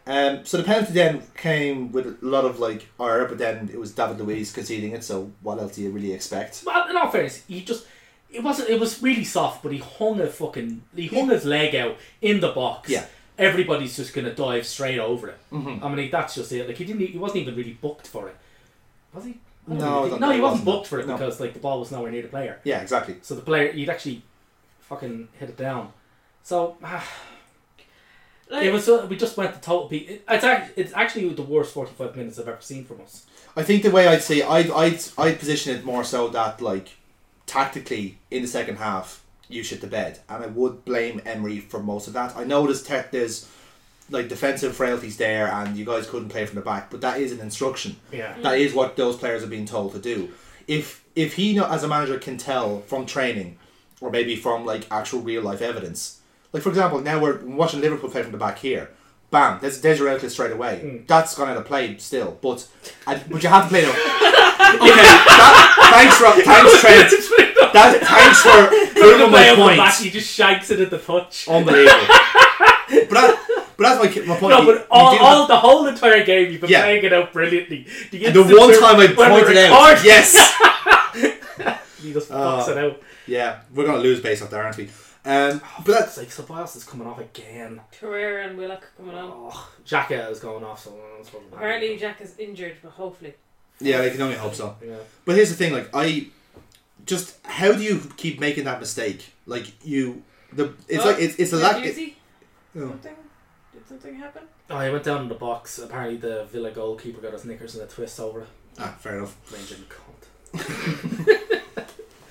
Speaker 2: Um, so the penalty then came with a lot of like error, but then it was David Luiz conceding it. So what else do you really expect?
Speaker 3: Well, in all fairness, he just it wasn't it was really soft, but he hung a fucking he hung his leg out in the box.
Speaker 2: Yeah. Mm-hmm.
Speaker 3: Everybody's just gonna dive straight over it. I mean, like, that's just it. Like he didn't, e, he wasn't even really booked for it, was he? I don't
Speaker 2: No,
Speaker 3: really
Speaker 2: I
Speaker 3: think-
Speaker 2: don't
Speaker 3: no,
Speaker 2: think
Speaker 3: he
Speaker 2: he
Speaker 3: wasn't
Speaker 2: was,
Speaker 3: booked for it
Speaker 2: no.
Speaker 3: because like the ball was nowhere near the player.
Speaker 2: Yeah, exactly.
Speaker 3: So the player, he'd actually fucking hit it down. So ah,
Speaker 4: Like,
Speaker 3: it was. uh, We just went to total. Pe- it, it's actually, it's actually the worst forty five minutes I've ever seen from us.
Speaker 2: I think the way I'd say I'd, I'd I'd position it more so that like tactically in the second half you shit the bed, and I would blame Emery for most of that. I know there's tech there's like defensive frailties there, and you guys couldn't play from the back, but that is an instruction.
Speaker 3: Yeah.
Speaker 2: that is what those players are being told to do. If if he not, as a manager can tell from training, or maybe from like actual real life evidence, like for example, now we're watching Liverpool play from the back here. Bam! There's, there's your outlet straight away. That's gone out of play still, but I, but you have to play them. Okay, that, thanks, Rob. Thanks, Trent. That thanks for proving
Speaker 3: Play
Speaker 2: my
Speaker 3: on the back,
Speaker 2: point.
Speaker 3: he just shanks it at the touch.
Speaker 2: Unbelievable. But that, but that's my ki- my point.
Speaker 3: No,
Speaker 2: You-
Speaker 3: but
Speaker 2: you
Speaker 3: all,
Speaker 2: do have-
Speaker 3: all the whole entire game you've been
Speaker 2: Yeah.
Speaker 3: playing it out brilliantly. The,
Speaker 2: the
Speaker 3: instant
Speaker 2: one
Speaker 3: where-
Speaker 2: time I
Speaker 3: when we
Speaker 2: pointed out,
Speaker 3: record,
Speaker 2: yes.
Speaker 3: he just fucks
Speaker 2: Oh.
Speaker 3: it out.
Speaker 2: Yeah, we're gonna lose based off there, aren't we? Um, but
Speaker 3: It's
Speaker 2: that's
Speaker 3: like Sabias is coming off again.
Speaker 4: Carrera and Willock coming on.
Speaker 3: Oh, Xhaka is going off. So that's what we're-
Speaker 4: Apparently Jack is injured, but hopefully.
Speaker 2: yeah, I can only hope so.
Speaker 3: Yeah.
Speaker 2: But here's the thing, like I just how do you keep making that mistake? Like you, the it's
Speaker 4: Oh,
Speaker 2: like it's it's a lack. It,
Speaker 4: Guendouzi?
Speaker 2: Oh.
Speaker 4: Something? Did something happen?
Speaker 3: Oh, he went down in the box. Apparently, the Villa goalkeeper got his knickers in a twist over it.
Speaker 2: ah, fair enough.
Speaker 3: Ranging cunt.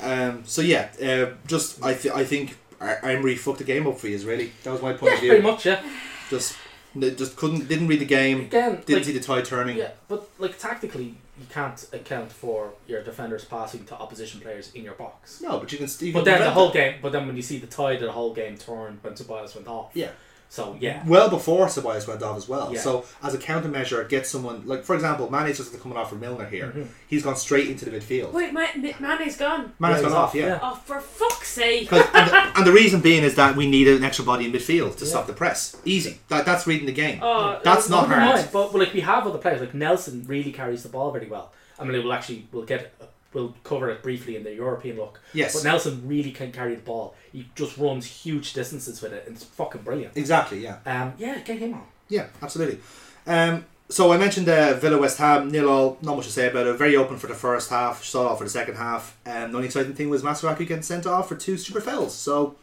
Speaker 2: Um, so yeah, uh, just I th- I think I- Emery fucked the game up for you. Is really that was my point of
Speaker 3: Pretty
Speaker 2: view.
Speaker 3: much, yeah.
Speaker 2: Just n- just couldn't didn't read the
Speaker 3: Hmm.
Speaker 2: game.
Speaker 3: Again,
Speaker 2: Didn't
Speaker 3: like,
Speaker 2: see the tie turning.
Speaker 3: Yeah, but like tactically, you can't account for your defenders passing to opposition players in your box.
Speaker 2: No, but you can. st- You
Speaker 3: But
Speaker 2: can
Speaker 3: then the
Speaker 2: prevent
Speaker 3: whole
Speaker 2: it.
Speaker 3: game, but then when you see the tide of the whole game turned when Tobias went off.
Speaker 2: Yeah.
Speaker 3: So yeah,
Speaker 2: well before Ceballos went off as well.
Speaker 3: Yeah.
Speaker 2: So as a countermeasure, get someone like for example, Mane's just coming off for Milner here.
Speaker 3: Mm-hmm.
Speaker 2: He's gone straight into the midfield.
Speaker 4: Wait, Ma- Ma- Mane's gone.
Speaker 2: Mane's gone
Speaker 3: Yeah, he's
Speaker 2: off,
Speaker 3: off,
Speaker 2: yeah.
Speaker 3: yeah.
Speaker 4: Oh, for fuck's sake.
Speaker 2: 'Cause- and, the, and the reason being is that we need an extra body in midfield to stop the press. Easy. That, that's reading the game.
Speaker 4: Oh,
Speaker 2: that's
Speaker 4: uh,
Speaker 2: not
Speaker 3: Never
Speaker 2: hard.
Speaker 3: mind, But, but like we have other players, like Nelson really carries the ball very well. I mean, it will actually we'll get we'll cover it briefly in the European look.
Speaker 2: Yes.
Speaker 3: But Nelson really can carry the ball. He just runs huge distances with it, and it's fucking brilliant.
Speaker 2: Exactly. Yeah.
Speaker 3: Um, yeah, get him on.
Speaker 2: Yeah. Absolutely. Um, so I mentioned uh, Villa West Ham nil all. Not much to say about it. Very open for the first half. Shut off for the second half. And the only exciting thing was Maseraki getting sent off for two stupid fouls. So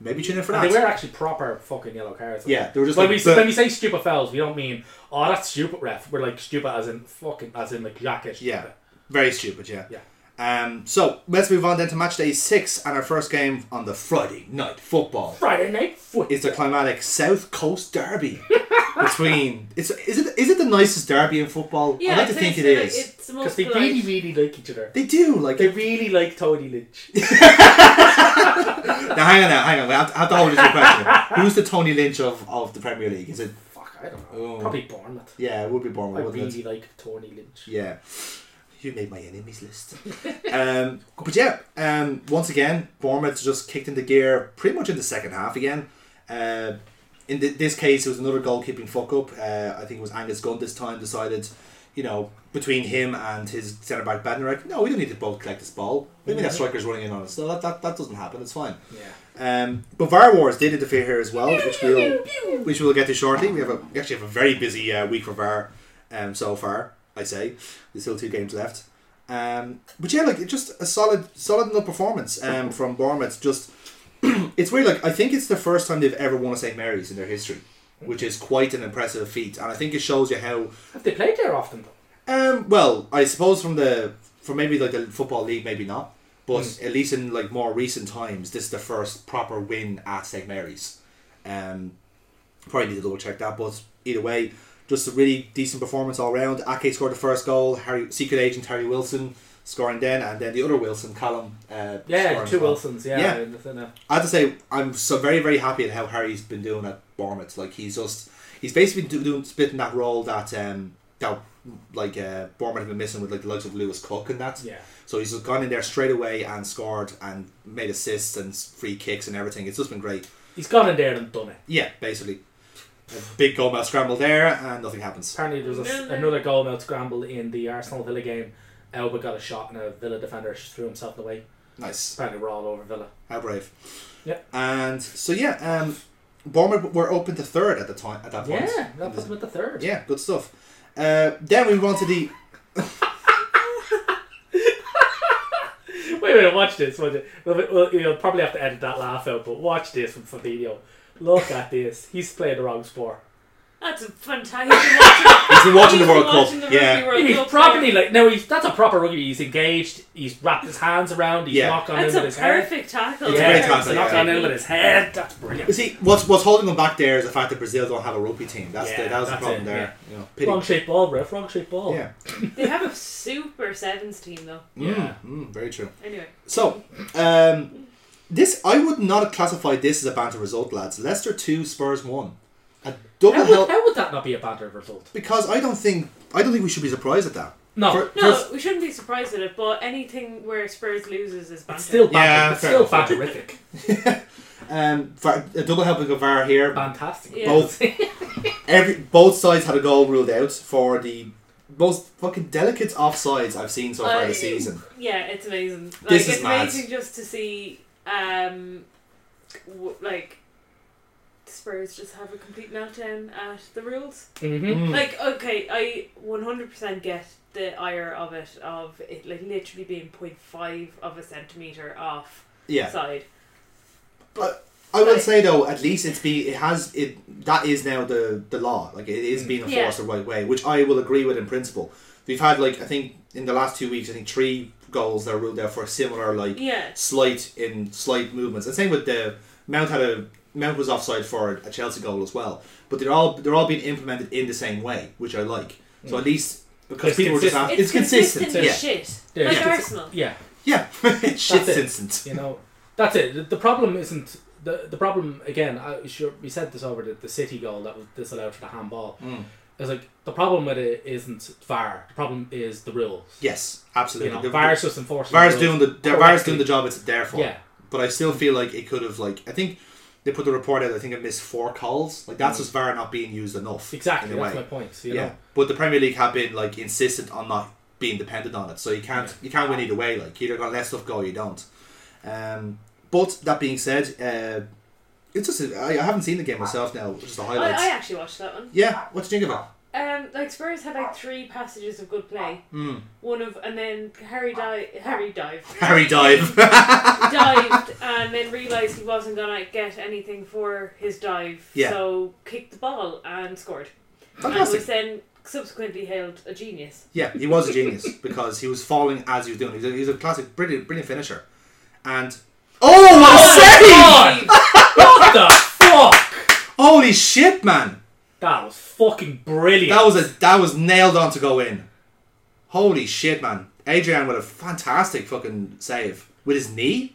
Speaker 2: maybe tune in for
Speaker 3: And they were
Speaker 2: that.
Speaker 3: actually proper fucking yellow cards.
Speaker 2: Yeah, they were just
Speaker 3: when
Speaker 2: like,
Speaker 3: we
Speaker 2: "Bleh."
Speaker 3: when we say stupid fouls, we don't mean oh that's stupid ref. We're like stupid as in fucking as in like jackish.
Speaker 2: Yeah, very stupid. Yeah.
Speaker 3: Yeah.
Speaker 2: Um, so let's move on then to match day six and our first game on the Friday night football.
Speaker 3: Friday night foot.
Speaker 2: is the climatic South Coast Derby between it's is it is it the nicest derby in football? I like to
Speaker 4: it's-
Speaker 2: think it
Speaker 4: it's-
Speaker 2: is.
Speaker 4: It's
Speaker 3: because
Speaker 4: most
Speaker 3: they
Speaker 4: polite.
Speaker 3: really really like each other.
Speaker 2: they do like
Speaker 3: They
Speaker 2: it.
Speaker 3: really like Tony Lynch.
Speaker 2: Now, hang on, now, hang on. I have to, I have to hold this to a question. Who's the Tony Lynch of, of the Premier League? Is it?
Speaker 3: Fuck, I don't know.
Speaker 2: Oh.
Speaker 3: Probably Bournemouth.
Speaker 2: Yeah, it would be
Speaker 3: I
Speaker 2: Bournemouth, wouldn't
Speaker 3: really
Speaker 2: it?
Speaker 3: like Tony Lynch.
Speaker 2: Yeah. You made my enemies list. um, but yeah, um, once again, Bournemouth just kicked into gear pretty much in the second half again. Uh, in th- this case, it was another goalkeeping fuck up. Uh, I think it was Angus Gunn this time decided, you know, between him and his centre back Bednarek, no, we don't need to both collect this ball. Maybe that striker's running in on us. No, that, that, that doesn't happen. It's fine.
Speaker 3: Yeah.
Speaker 2: Um, but VAR Wars did interfere here as well, which we'll which we'll get to shortly. We have a we actually have a very busy uh, week for VAR um, so far. I say there's still two games left. Um, but yeah, like it just a solid solid enough performance um, from Bournemouth. Just it's weird. Like I think it's the first time they've ever won a St Mary's in their history, which is quite an impressive feat. And I think it shows you how
Speaker 3: Have they played there often though?
Speaker 2: um, well, I suppose from the from maybe like the football league, maybe not, but
Speaker 3: Hmm.
Speaker 2: at least in like more recent times, this is the first proper win at St Mary's. Um, probably need to double check that, but either way, just a really decent performance all round. Ake scored the first goal. Harry, secret agent Harry Wilson scoring then, and then the other Wilson, Callum. Uh,
Speaker 3: Yeah,
Speaker 2: scoring as
Speaker 3: two
Speaker 2: well.
Speaker 3: Wilsons. Yeah,
Speaker 2: Yeah.
Speaker 3: I don't know.
Speaker 2: I have to say, I'm so very, very happy at how Harry's been doing at Bournemouth. Like he's just, he's basically do- doing splitting that role that um that like uh, Bournemouth have been missing with like the likes of Lewis Cook and that.
Speaker 3: Yeah.
Speaker 2: So he's just gone in there straight away and scored and made assists and s- free kicks and everything. It's just been great.
Speaker 3: He's gone in there and done it.
Speaker 2: Yeah, basically, a big goal mouth scramble there and nothing happens.
Speaker 3: Apparently, there was a s
Speaker 4: Really?
Speaker 3: another goal mouth scramble in the Arsenal Villa game. Elba got a shot and a Villa defender threw himself in the way.
Speaker 2: Nice.
Speaker 3: Apparently, we're all over Villa.
Speaker 2: How brave.
Speaker 3: Yeah.
Speaker 2: And so yeah, um, Bournemouth were open to third at the time at that point.
Speaker 3: Yeah, that puts him at the third.
Speaker 2: Yeah, good stuff. Uh, then we move on to the
Speaker 3: Wait a minute, watch this. Watch it. Well, well, you'll probably have to edit that laugh out, but watch this from Fabinho. Look at this. He's playing the wrong sport.
Speaker 4: That's a fantastic.
Speaker 2: He's been watching the World Cup. yeah.
Speaker 3: He's properly like no. He's that's a proper rugby. He's engaged. He's wrapped his hands around. He's
Speaker 2: Yeah.
Speaker 3: knocked on him
Speaker 4: That's
Speaker 3: with
Speaker 4: a
Speaker 3: his head.
Speaker 4: perfect tackle.
Speaker 2: It's a
Speaker 3: yeah,
Speaker 2: great
Speaker 3: he's
Speaker 2: tackle,
Speaker 3: knocked
Speaker 2: yeah.
Speaker 3: on him with his head. That's
Speaker 2: You
Speaker 3: brilliant.
Speaker 2: see, what's what's holding them back there is the fact that Brazil don't have a rugby team. That's
Speaker 3: Yeah,
Speaker 2: the, that was
Speaker 3: that's
Speaker 2: the problem
Speaker 3: it,
Speaker 2: there. You know, pity.
Speaker 3: Wrong shape ball, ref. Wrong shape ball.
Speaker 2: Yeah.
Speaker 4: They have a super sevens team though.
Speaker 3: Yeah.
Speaker 2: Mm, mm, very true.
Speaker 4: Anyway,
Speaker 2: So, um, this I would not have classified this as a banter result, lads. Leicester two, Spurs one. A double
Speaker 3: How
Speaker 2: hell
Speaker 3: would, how would that not be a banter result?
Speaker 2: because I don't think I don't think we should be surprised at that.
Speaker 3: No,
Speaker 2: For-
Speaker 4: no,
Speaker 2: First-
Speaker 4: we shouldn't be surprised at it. But anything where Spurs loses is banter.
Speaker 3: it's still banter.
Speaker 2: Yeah,
Speaker 3: it's
Speaker 2: fair
Speaker 3: still
Speaker 2: enough.
Speaker 3: banterific.
Speaker 2: Um, for a double helping of VAR here.
Speaker 3: Fantastic.
Speaker 4: Yeah.
Speaker 2: Both every both sides had a goal ruled out for the most fucking delicate offsides I've seen so far
Speaker 4: Uh,
Speaker 2: this season.
Speaker 4: Yeah, it's amazing. Like,
Speaker 2: This is
Speaker 4: it's
Speaker 2: mad.
Speaker 4: amazing just to see, um, w- like, Spurs just have a complete meltdown at the rules.
Speaker 3: hmm
Speaker 2: Mm.
Speaker 4: Like, okay, I 100% get the ire of it, of it like literally being 0.5 of a centimetre off
Speaker 2: Yeah.
Speaker 4: side.
Speaker 2: I will
Speaker 4: Like-
Speaker 2: say though, at least it's be it has it that is now the the law. Like it
Speaker 3: Mm.
Speaker 2: is being enforced
Speaker 4: Yeah.
Speaker 2: the right way, which I will agree with in principle. We've had like I think in the last two weeks, I think three goals that are ruled out for similar like
Speaker 4: Yeah.
Speaker 2: slight in slight movements. And same with the Mount had a Mount was offside for a Chelsea goal as well. But they're all they're all being implemented in the same way, which I like. So at least because
Speaker 3: Mm. It's
Speaker 2: people were just
Speaker 3: consistent.
Speaker 2: after,
Speaker 4: It's, consistent,
Speaker 2: Uh, yeah.
Speaker 4: shit.
Speaker 3: Yeah,
Speaker 4: like
Speaker 3: it's-
Speaker 4: Arsenal.
Speaker 3: Yeah,
Speaker 2: Yeah, it's shit's
Speaker 3: it.
Speaker 2: instant.
Speaker 3: you know, that's it. The, the problem isn't the the problem again. I, sure, we said this over the, the City goal that was disallowed for the handball.
Speaker 2: Mm.
Speaker 3: It's like the problem with it isn't VAR. The problem is the rules.
Speaker 2: Yes,
Speaker 3: You
Speaker 2: absolutely.
Speaker 3: know,
Speaker 2: The-
Speaker 3: VAR is just enforcing. the
Speaker 2: VAR's
Speaker 3: rules
Speaker 2: doing the the- VAR's doing the job it's there for.
Speaker 3: Yeah.
Speaker 2: But I still feel like it could have like I think they put the report out. I think I missed four calls. Like that's just VAR not being used enough.
Speaker 3: Mm. Exactly,
Speaker 2: In a
Speaker 3: that's my
Speaker 2: way.
Speaker 3: point. You
Speaker 2: Yeah.
Speaker 3: know?
Speaker 2: But the Premier League have been like insistent on not being dependent on it, so you can't you can't win either way. Like you're gonna let stuff go, or you don't. Um, but that being said, uh, it's just I I haven't seen the game myself now. Just the
Speaker 4: I,
Speaker 2: highlights.
Speaker 4: I actually watched that one.
Speaker 2: Yeah. What do you think of it?
Speaker 4: Um, like Spurs had like three passages of good play.
Speaker 2: Mm.
Speaker 4: One of and then Harry dive, Harry dive,
Speaker 2: Harry dive.
Speaker 4: dived, and then realised he wasn't gonna get anything for his dive.
Speaker 2: Yeah.
Speaker 4: So kicked the ball and scored. And was
Speaker 2: Fantastic.
Speaker 4: then subsequently hailed a genius.
Speaker 2: Yeah, he was a genius because he was falling as he was doing. it. He was a, he was a classic, brilliant, brilliant finisher. And oh, what
Speaker 3: Oh,
Speaker 2: a save!
Speaker 3: God! what the fuck?
Speaker 2: Holy shit, man!
Speaker 3: That was fucking brilliant.
Speaker 2: That was a that was nailed on to go in. Holy shit, man! Adrian with a fantastic fucking save with his knee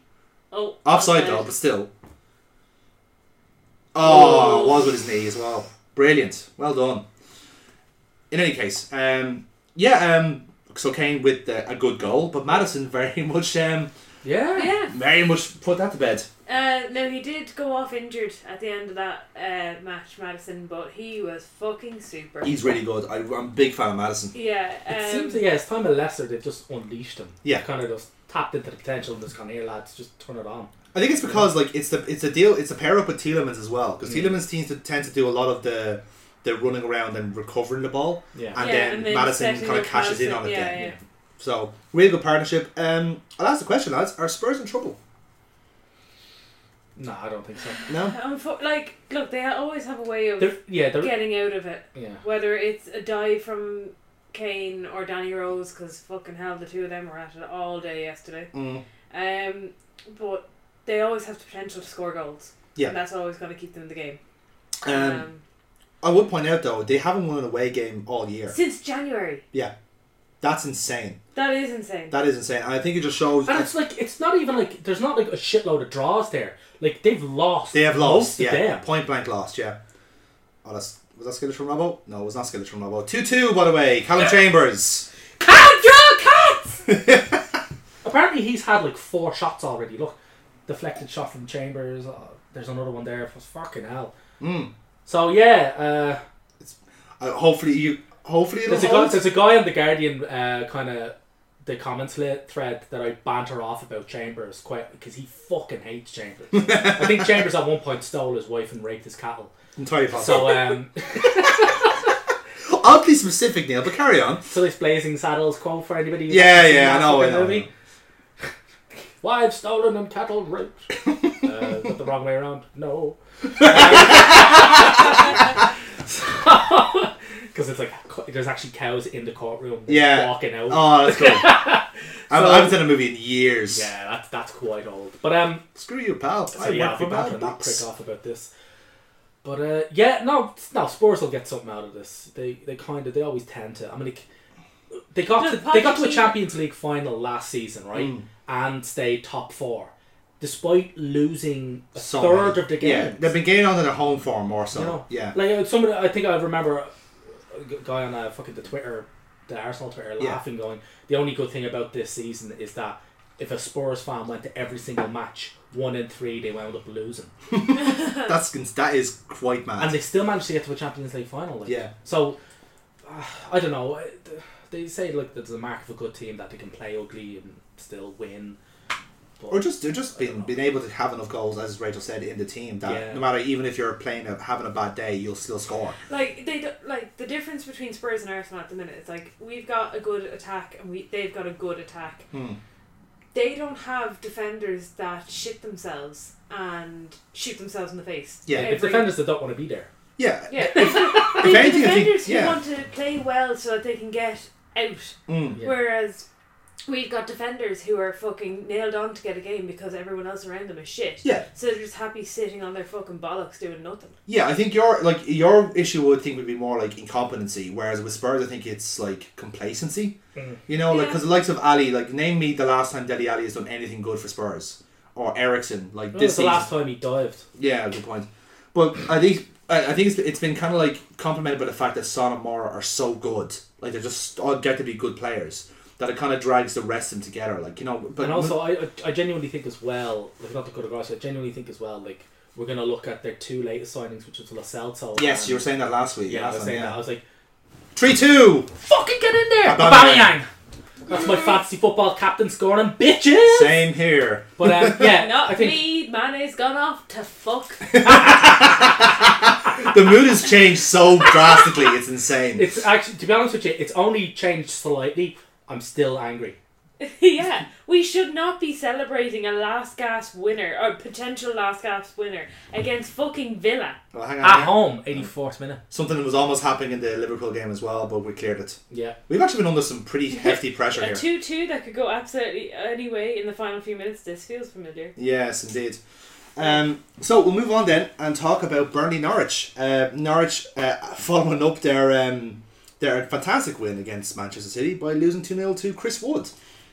Speaker 4: Oh,
Speaker 2: offside though, but still. Oh, it was with his knee as well. Brilliant. Well done. In any case, um, yeah, um, so Kane with uh, a good goal, but Madison very much, um,
Speaker 3: yeah.
Speaker 4: Yeah.
Speaker 2: very much put that to bed.
Speaker 4: Uh, no, he did go off injured at the end of that uh, match, Madison, but he was fucking super.
Speaker 2: He's really good. I, I'm a big fan of Madison.
Speaker 4: yeah. Um,
Speaker 3: It seems like, yeah, it's time of Leicester, they've just unleashed him.
Speaker 2: Yeah.
Speaker 3: Kind of just tapped into the potential and just kind of, here, lads, just turn it on.
Speaker 2: I think it's because like it's the it's a deal it's a pair up with Telemans as well because Telemans tends to tend to do a lot of the the running around and recovering the ball
Speaker 3: Yeah.
Speaker 2: and
Speaker 4: yeah,
Speaker 2: then Madison
Speaker 4: setting
Speaker 2: kind of
Speaker 4: up
Speaker 2: cashes in on it
Speaker 4: Madison,
Speaker 2: then
Speaker 4: yeah, yeah.
Speaker 2: so really good partnership um I'll ask the question lads are Spurs in trouble
Speaker 3: No, I don't think so.
Speaker 2: no
Speaker 4: Unfo- like, look, they ha- always have a way of
Speaker 3: They're, yeah, they're,
Speaker 4: getting out of it.
Speaker 3: yeah.
Speaker 4: Whether it's a dive from Kane or Danny Rose, because fucking hell, the two of them were at it all day yesterday.
Speaker 2: Mm.
Speaker 4: Um, but they always have the potential to score goals.
Speaker 2: Yeah.
Speaker 4: And that's always going to keep them in the game.
Speaker 2: um I would point out though they haven't won an away game all year
Speaker 4: since January.
Speaker 2: that's insane
Speaker 4: That is insane.
Speaker 2: that is insane and I think it just shows
Speaker 3: And it's like, it's not even like, there's not like a shitload of draws there. Like, they've lost.
Speaker 2: they have lost
Speaker 3: most of
Speaker 2: yeah
Speaker 3: them.
Speaker 2: point blank lost yeah oh that's was that Skillet from Robbo no it was not Skillet from Robbo 2-2 by the way Callum Chambers
Speaker 4: Can't draw cats!
Speaker 3: Apparently, he's had like four shots already. Look, deflected shot from Chambers. Uh, there's another one there. Fucking hell.
Speaker 2: Mm.
Speaker 3: So yeah, uh,
Speaker 2: Uh, hopefully you. Hopefully it'll
Speaker 3: there's a guy,
Speaker 2: hold.
Speaker 3: there's a guy on the Guardian uh, kind of the comments li- thread that I banter off about Chambers quite because he fucking hates Chambers. I think Chambers at one point stole his wife and raped his cattle.
Speaker 2: Entirely possible.
Speaker 3: So um,
Speaker 2: Oddly specific, Neil, but carry on.
Speaker 3: so this Blazing Saddles quote for anybody. who's
Speaker 2: Yeah,
Speaker 3: not seen
Speaker 2: yeah, I
Speaker 3: that
Speaker 2: know, I
Speaker 3: fucking
Speaker 2: know, I
Speaker 3: movie.
Speaker 2: know.
Speaker 3: Wives stolen and cattle raped. uh, is that the wrong way around? No. Because it's like co- there's actually cows in the courtroom. they're
Speaker 2: Yeah.
Speaker 3: walking out.
Speaker 2: Oh, that's cool. I
Speaker 3: So-
Speaker 2: haven't- I haven't seen a movie in years.
Speaker 3: Yeah, that's that's quite old. But um,
Speaker 2: Screw you, pal.
Speaker 3: so
Speaker 2: I work
Speaker 3: yeah, I'll
Speaker 2: for
Speaker 3: be back
Speaker 2: Mad
Speaker 3: and prick
Speaker 2: Box.
Speaker 3: off about this. But uh, yeah, no, no, Spurs will get something out of this. They they kind of they always tend to. I mean, like, they got
Speaker 4: No,
Speaker 3: to, they got to a
Speaker 4: Pochettino-
Speaker 3: Champions League final last season, right, and stayed top four, despite losing a
Speaker 2: So
Speaker 3: third
Speaker 2: many.
Speaker 3: of the game.
Speaker 2: Yeah, they've been getting onto their home form more so.
Speaker 3: You know?
Speaker 2: Yeah.
Speaker 3: Like uh, somebody, I think I remember a g- guy on uh, fucking the Twitter, the Arsenal Twitter,
Speaker 2: Yeah.
Speaker 3: laughing, going, "The only good thing about this season is that if a Spurs fan went to every single match, one in three, they wound up losing,
Speaker 2: That's that is quite mad.
Speaker 3: and they still managed to get to a Champions League final." Like,
Speaker 2: Yeah.
Speaker 3: So uh, I don't know. I- th- They say like that's the mark of a good team that they can play ugly and still win. But,
Speaker 2: or just they're just
Speaker 3: I don't
Speaker 2: being
Speaker 3: know.
Speaker 2: being able to have enough goals, as Rachel said, in the team that
Speaker 3: Yeah.
Speaker 2: no matter even if you're playing a, having a bad day, you'll still score.
Speaker 4: Like they do, like the difference between Spurs and Arsenal at the minute is like we've got a good attack and we they've got a good attack.
Speaker 2: Hmm.
Speaker 4: They don't have defenders that shit themselves and shoot themselves in the face.
Speaker 2: Yeah.
Speaker 3: it's
Speaker 4: Every-
Speaker 3: defenders that don't want to be there.
Speaker 2: Yeah.
Speaker 4: Yeah,
Speaker 2: If
Speaker 4: The
Speaker 2: anything, I think
Speaker 4: defenders who
Speaker 2: yeah.
Speaker 4: want to play well so that they can get out.
Speaker 2: Mm.
Speaker 3: Yeah.
Speaker 4: Whereas we've got defenders who are fucking nailed on to get a game because everyone else around them is shit.
Speaker 2: Yeah.
Speaker 4: So they're just happy sitting on their fucking bollocks doing nothing.
Speaker 2: Yeah, I think your like your issue would think would be more like incompetency, whereas with Spurs, I think it's like complacency.
Speaker 3: Mhm.
Speaker 2: You know, like
Speaker 4: Yeah.
Speaker 2: because the likes of Ali, like name me the last time Deli Ali has done anything good for Spurs or Ericsson, like
Speaker 3: This
Speaker 2: this
Speaker 3: was the
Speaker 2: season.
Speaker 3: last time he dived.
Speaker 2: Yeah, good point. But I think I I think it's, it's been kind of like complemented by the fact that Son and Mora are so good, like they're just objectively good players that it kind of drags the rest of them together. Like you know, but
Speaker 3: and also, I, I- I genuinely think as well, like not to cut across, I genuinely think as well, like we're gonna look at their two latest signings, which was Lo Celso.
Speaker 2: yes,
Speaker 3: and-
Speaker 2: you were saying that last week.
Speaker 3: Yeah, I
Speaker 2: last
Speaker 3: was
Speaker 2: time,
Speaker 3: saying
Speaker 2: yeah.
Speaker 3: that. I was like,
Speaker 2: Three two.
Speaker 3: fucking get in
Speaker 2: Aubameyang.
Speaker 3: there, Aubameyang. That's my fantasy football captain scoring on bitches.
Speaker 2: Same here.
Speaker 3: But um, yeah,
Speaker 4: Not
Speaker 3: I think
Speaker 4: me. Mane's gone off to fuck.
Speaker 2: The mood has changed so drastically. It's insane.
Speaker 3: it's actually to be honest with you, it's only changed slightly. I'm still angry.
Speaker 4: yeah, we should not be celebrating a last gasp winner or potential last gasp winner against fucking Villa.
Speaker 2: Well, Oh, hang on.
Speaker 3: At
Speaker 2: here.
Speaker 3: home, 84th minute.
Speaker 2: Something that was almost happening in the Liverpool game as well, but we cleared it.
Speaker 3: Yeah.
Speaker 2: We've actually been under some pretty hefty pressure
Speaker 4: A
Speaker 2: here.
Speaker 4: two-two that could go absolutely any way in the final few minutes. This feels familiar.
Speaker 2: Yes, indeed. Um, so we'll move on then and talk about Burnley Norwich. Uh, Norwich uh, following up their um, their fantastic win against Manchester City by losing 2 0 to Chris Wood,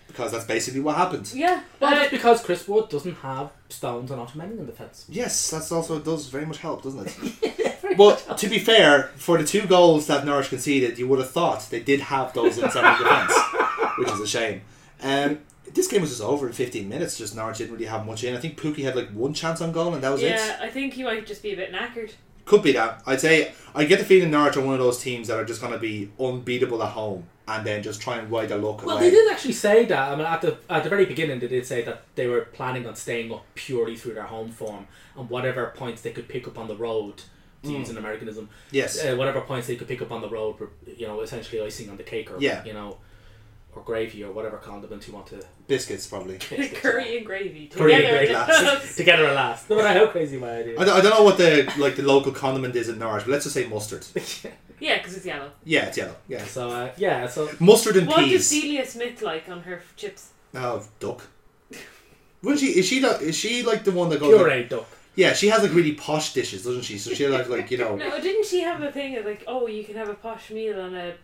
Speaker 2: because that's basically what happened.
Speaker 4: Yeah,
Speaker 3: Well,
Speaker 4: uh,
Speaker 3: that's because Chris Wood doesn't have Stones and Ottoman in defence.
Speaker 2: Yes, that's also does very much help, doesn't it? But to be fair, for the two goals that Norwich conceded, you would have thought they did have those in seven defence, which is a shame. Um, this game was just over in 15 minutes, just Norwich didn't really have much in. I think Pookie had like one chance on goal, and that was it.
Speaker 4: yeah. I think he might just be a bit knackered.
Speaker 2: Could be that. I'd say I get the feeling Norwich are one of those teams that are just going to be unbeatable at home and then just try and ride their luck
Speaker 3: Well,
Speaker 2: away.
Speaker 3: they did actually say that. I mean, at the at the very beginning, they did say that they were planning on staying up purely through their home form and whatever points they could pick up on the road. To use an Americanism,
Speaker 2: Yes.
Speaker 3: uh, whatever points they could pick up on the road were, you know, essentially icing on the cake or
Speaker 2: Yeah.
Speaker 3: you know, or gravy or whatever condiment you want to
Speaker 2: Biscuits, probably.
Speaker 4: Curry and gravy
Speaker 3: Curry and
Speaker 4: together.
Speaker 3: gravy, together at last. No matter how crazy my idea.
Speaker 2: I don't, I don't know what the like the local condiment is in Norwich, but let's just say mustard.
Speaker 4: yeah, because it's yellow.
Speaker 2: Yeah, it's yellow. Yeah.
Speaker 3: So uh, yeah, so
Speaker 2: Mustard and
Speaker 4: What does
Speaker 2: peas.
Speaker 4: Celia Smith like on her f- chips?
Speaker 2: Oh, duck. Wouldn't she? Is she the, Is she like the one that goes? Like,
Speaker 3: puree duck.
Speaker 2: yeah, she has like really posh dishes, doesn't she? So she like like you know.
Speaker 4: No, didn't she have a thing of like, oh, you can have a posh meal on a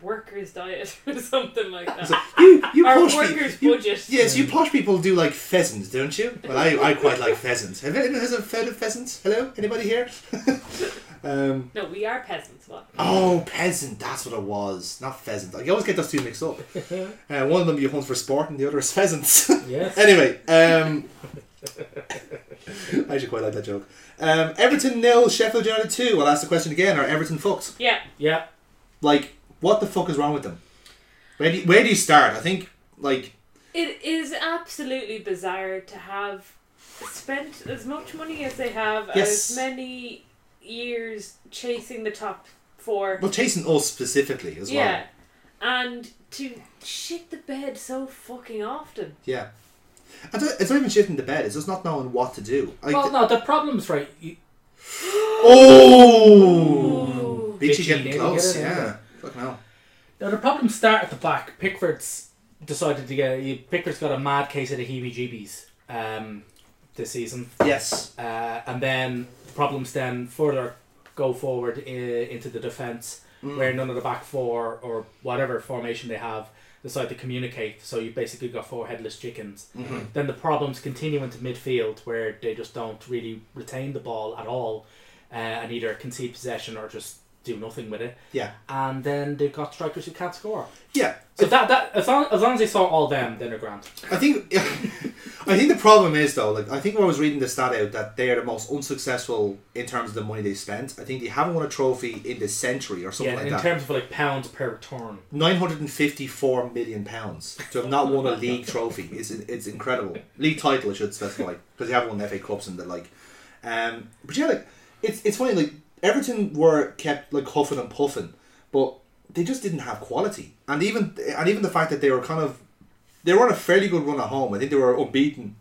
Speaker 4: worker's diet or something like that?
Speaker 2: So you you
Speaker 4: Our
Speaker 2: posh people.
Speaker 4: workers' budget.
Speaker 2: Yes, you posh people do like pheasants, don't you? Well, I, I quite like pheasants. Have anyone has a fed of pheasants? Hello, anybody here? um,
Speaker 4: No, we are peasants. What?
Speaker 2: oh, peasant. That's what it was. Not pheasant. I always get those two mixed up. Uh, one of them you hunt for sport, and the other is pheasants.
Speaker 3: Yes.
Speaker 2: anyway, um, I actually quite like that joke. Um, Everton nil, Sheffield United two. I'll ask the question again: Are Everton fucked?
Speaker 4: Yeah,
Speaker 3: Yeah.
Speaker 2: Like, what the fuck is wrong with them? Where do you, where do you start? I think like
Speaker 4: It is absolutely bizarre to have spent as much money as they have,
Speaker 2: Yes.
Speaker 4: as many years chasing the top four.
Speaker 2: well, chasing us specifically as well.
Speaker 4: yeah, and to shit the bed so fucking often.
Speaker 2: Yeah. I don't, it's not even shifting the bed, it's just not knowing what to do. Like,
Speaker 3: Well, no, the problem's right. You,
Speaker 2: Oh!
Speaker 4: Ooh.
Speaker 2: Bitchy
Speaker 3: Bitchy
Speaker 2: getting
Speaker 3: nearly
Speaker 2: close,
Speaker 3: get it,
Speaker 2: yeah.
Speaker 3: yeah.
Speaker 2: Fuck no.
Speaker 3: Now the problems start at the back. Pickford's decided to get. he- Pickford's got a mad case of the heebie-jeebies um, this season,
Speaker 2: Yes.
Speaker 3: uh, and then problems then further go forward i into the defence,
Speaker 2: Mm.
Speaker 3: where none of the back four or whatever formation they have decide to communicate. So you basically got four headless chickens.
Speaker 2: Mm-hmm.
Speaker 3: Then the problems continue into midfield, where they just don't really retain the ball at all, uh, and either concede possession or just do nothing with it
Speaker 2: Yeah.
Speaker 3: and then they've got strikers who can't score.
Speaker 2: Yeah.
Speaker 3: So that that as long as, long as they saw all them, then they're grand.
Speaker 2: I think I think the problem is though, like I think when I was reading the stat out that they are the most unsuccessful in terms of the money they spent. I think they haven't won a trophy in the century or something
Speaker 3: Yeah,
Speaker 2: like
Speaker 3: in
Speaker 2: that.
Speaker 3: terms of like pounds per return.
Speaker 2: Nine hundred and fifty-four million pounds to have not won a league trophy is it's incredible. League title, I should specify, because they haven't won FA Cups and the like. Um, but yeah, like it's it's funny. Like Everton were kept like huffing and puffing, but they just didn't have quality. And even and even the fact that they were kind of they were on a fairly good run at home. I think they were unbeaten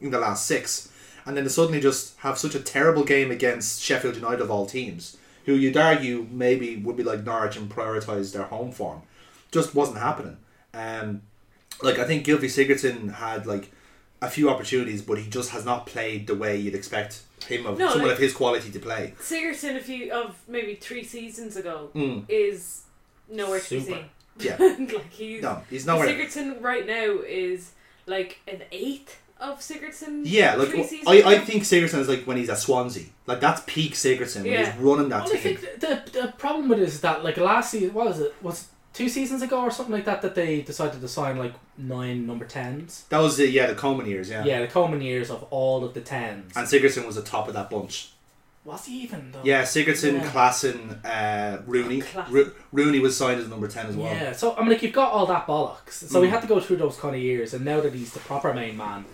Speaker 2: in the last six, and then to suddenly just have such a terrible game against Sheffield United of all teams, who you'd argue maybe would be like Norwich and prioritise their home form, just wasn't happening. Um, like I think Gilvy Sigurdsson had like a few opportunities, but he just has not played the way you'd expect him of
Speaker 4: No,
Speaker 2: someone
Speaker 4: like-
Speaker 2: of his quality to play.
Speaker 4: Sigurdsson, a few of maybe three seasons ago,
Speaker 2: Hmm.
Speaker 4: is nowhere to be
Speaker 3: Super.
Speaker 4: seen.
Speaker 2: Yeah,
Speaker 4: like he's
Speaker 2: no, he's nowhere.
Speaker 4: Sigurdsson right now is like an eighth of Sigurdsson.
Speaker 2: Yeah, like
Speaker 4: three seasons
Speaker 2: I, I
Speaker 4: ago.
Speaker 2: think Sigurdsson is like when he's at Swansea, like that's peak Sigurdsson when
Speaker 4: Yeah.
Speaker 2: he's running that
Speaker 3: Well, I
Speaker 2: team.
Speaker 3: think the, the the problem with it is that like last season, what was it? Was it two seasons ago or something like that that they decided to sign like nine number tens.
Speaker 2: That was the yeah the Coleman years, yeah.
Speaker 3: Yeah, the Coleman years of all of the tens.
Speaker 2: And Sigurdsson was the top of that bunch.
Speaker 3: Was he even though?
Speaker 2: Yeah, Sigurdsson,
Speaker 3: Yeah. Oh,
Speaker 2: Klassen, uh, Rooney.
Speaker 4: Klassen.
Speaker 2: Ro- Rooney was signed as number 10 as well.
Speaker 3: Yeah, so I mean, like you've got all that bollocks. So
Speaker 2: Mm.
Speaker 3: we had to go through those kind of years, and now that he's the proper main man,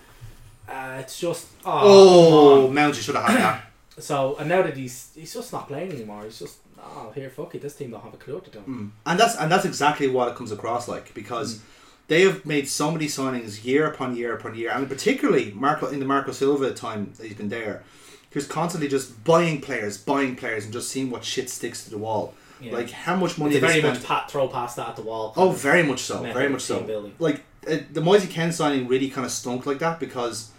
Speaker 3: uh, it's just oh,
Speaker 2: Oh, Mount, you should have had that.
Speaker 3: come on. So and now that he's he's just not playing anymore. He's just oh here, fuck it. This team don't have a clue what to do.
Speaker 2: and that's and that's exactly what it comes across like because
Speaker 3: Mm.
Speaker 2: they have made so many signings year upon year upon year, and particularly Marco in the Marco Silva time that he's been there, he was constantly just buying players, buying players, and just seeing what shit sticks to the wall.
Speaker 3: Yeah.
Speaker 2: Like how much money
Speaker 3: It's
Speaker 2: they
Speaker 3: very
Speaker 2: spent.
Speaker 3: much pat throw past that at the wall.
Speaker 2: Oh, very much so.
Speaker 3: Method
Speaker 2: Very
Speaker 3: of
Speaker 2: much so.
Speaker 3: team building.
Speaker 2: Like uh, the Moisey Ken signing really kind of stunk like that because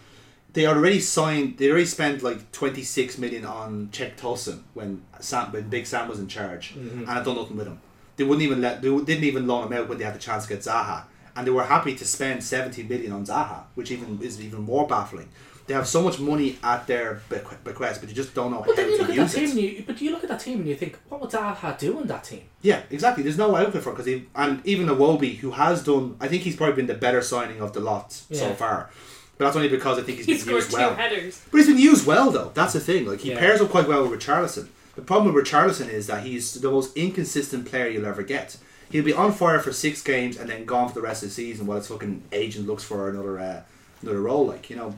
Speaker 2: they already signed. They already spent like twenty six million on Czech Tosin when Sam, when Big Sam was in charge,
Speaker 3: Mm-hmm.
Speaker 2: and had done nothing with him. They wouldn't even let. They didn't even loan him out when they had the chance to get Zaha, and they were happy to spend seventeen million on Zaha, which even is even more baffling. They have so much money at their bequ- bequest, but they just don't know
Speaker 3: But
Speaker 2: how
Speaker 3: then you
Speaker 2: to
Speaker 3: look at that
Speaker 2: use
Speaker 3: team,
Speaker 2: it.
Speaker 3: and you, but you look at that team and you think, what would Zaha do in that team?
Speaker 2: Yeah, exactly. There's no outlet for because he and even Awobi, who has done, I think he's probably been the better signing of the lot so
Speaker 3: Yeah.
Speaker 2: far. But that's only because I think he's
Speaker 4: He
Speaker 2: been
Speaker 4: scored
Speaker 2: used
Speaker 4: two
Speaker 2: well.
Speaker 4: headers.
Speaker 2: But he's been used well though. That's the thing. Like he
Speaker 3: Yeah.
Speaker 2: pairs up quite well with Richarlison. The problem with Richarlison is that he's the most inconsistent player you'll ever get. He'll be on fire for six games and then gone for the rest of the season while his fucking agent looks for another uh, another role. Like you know,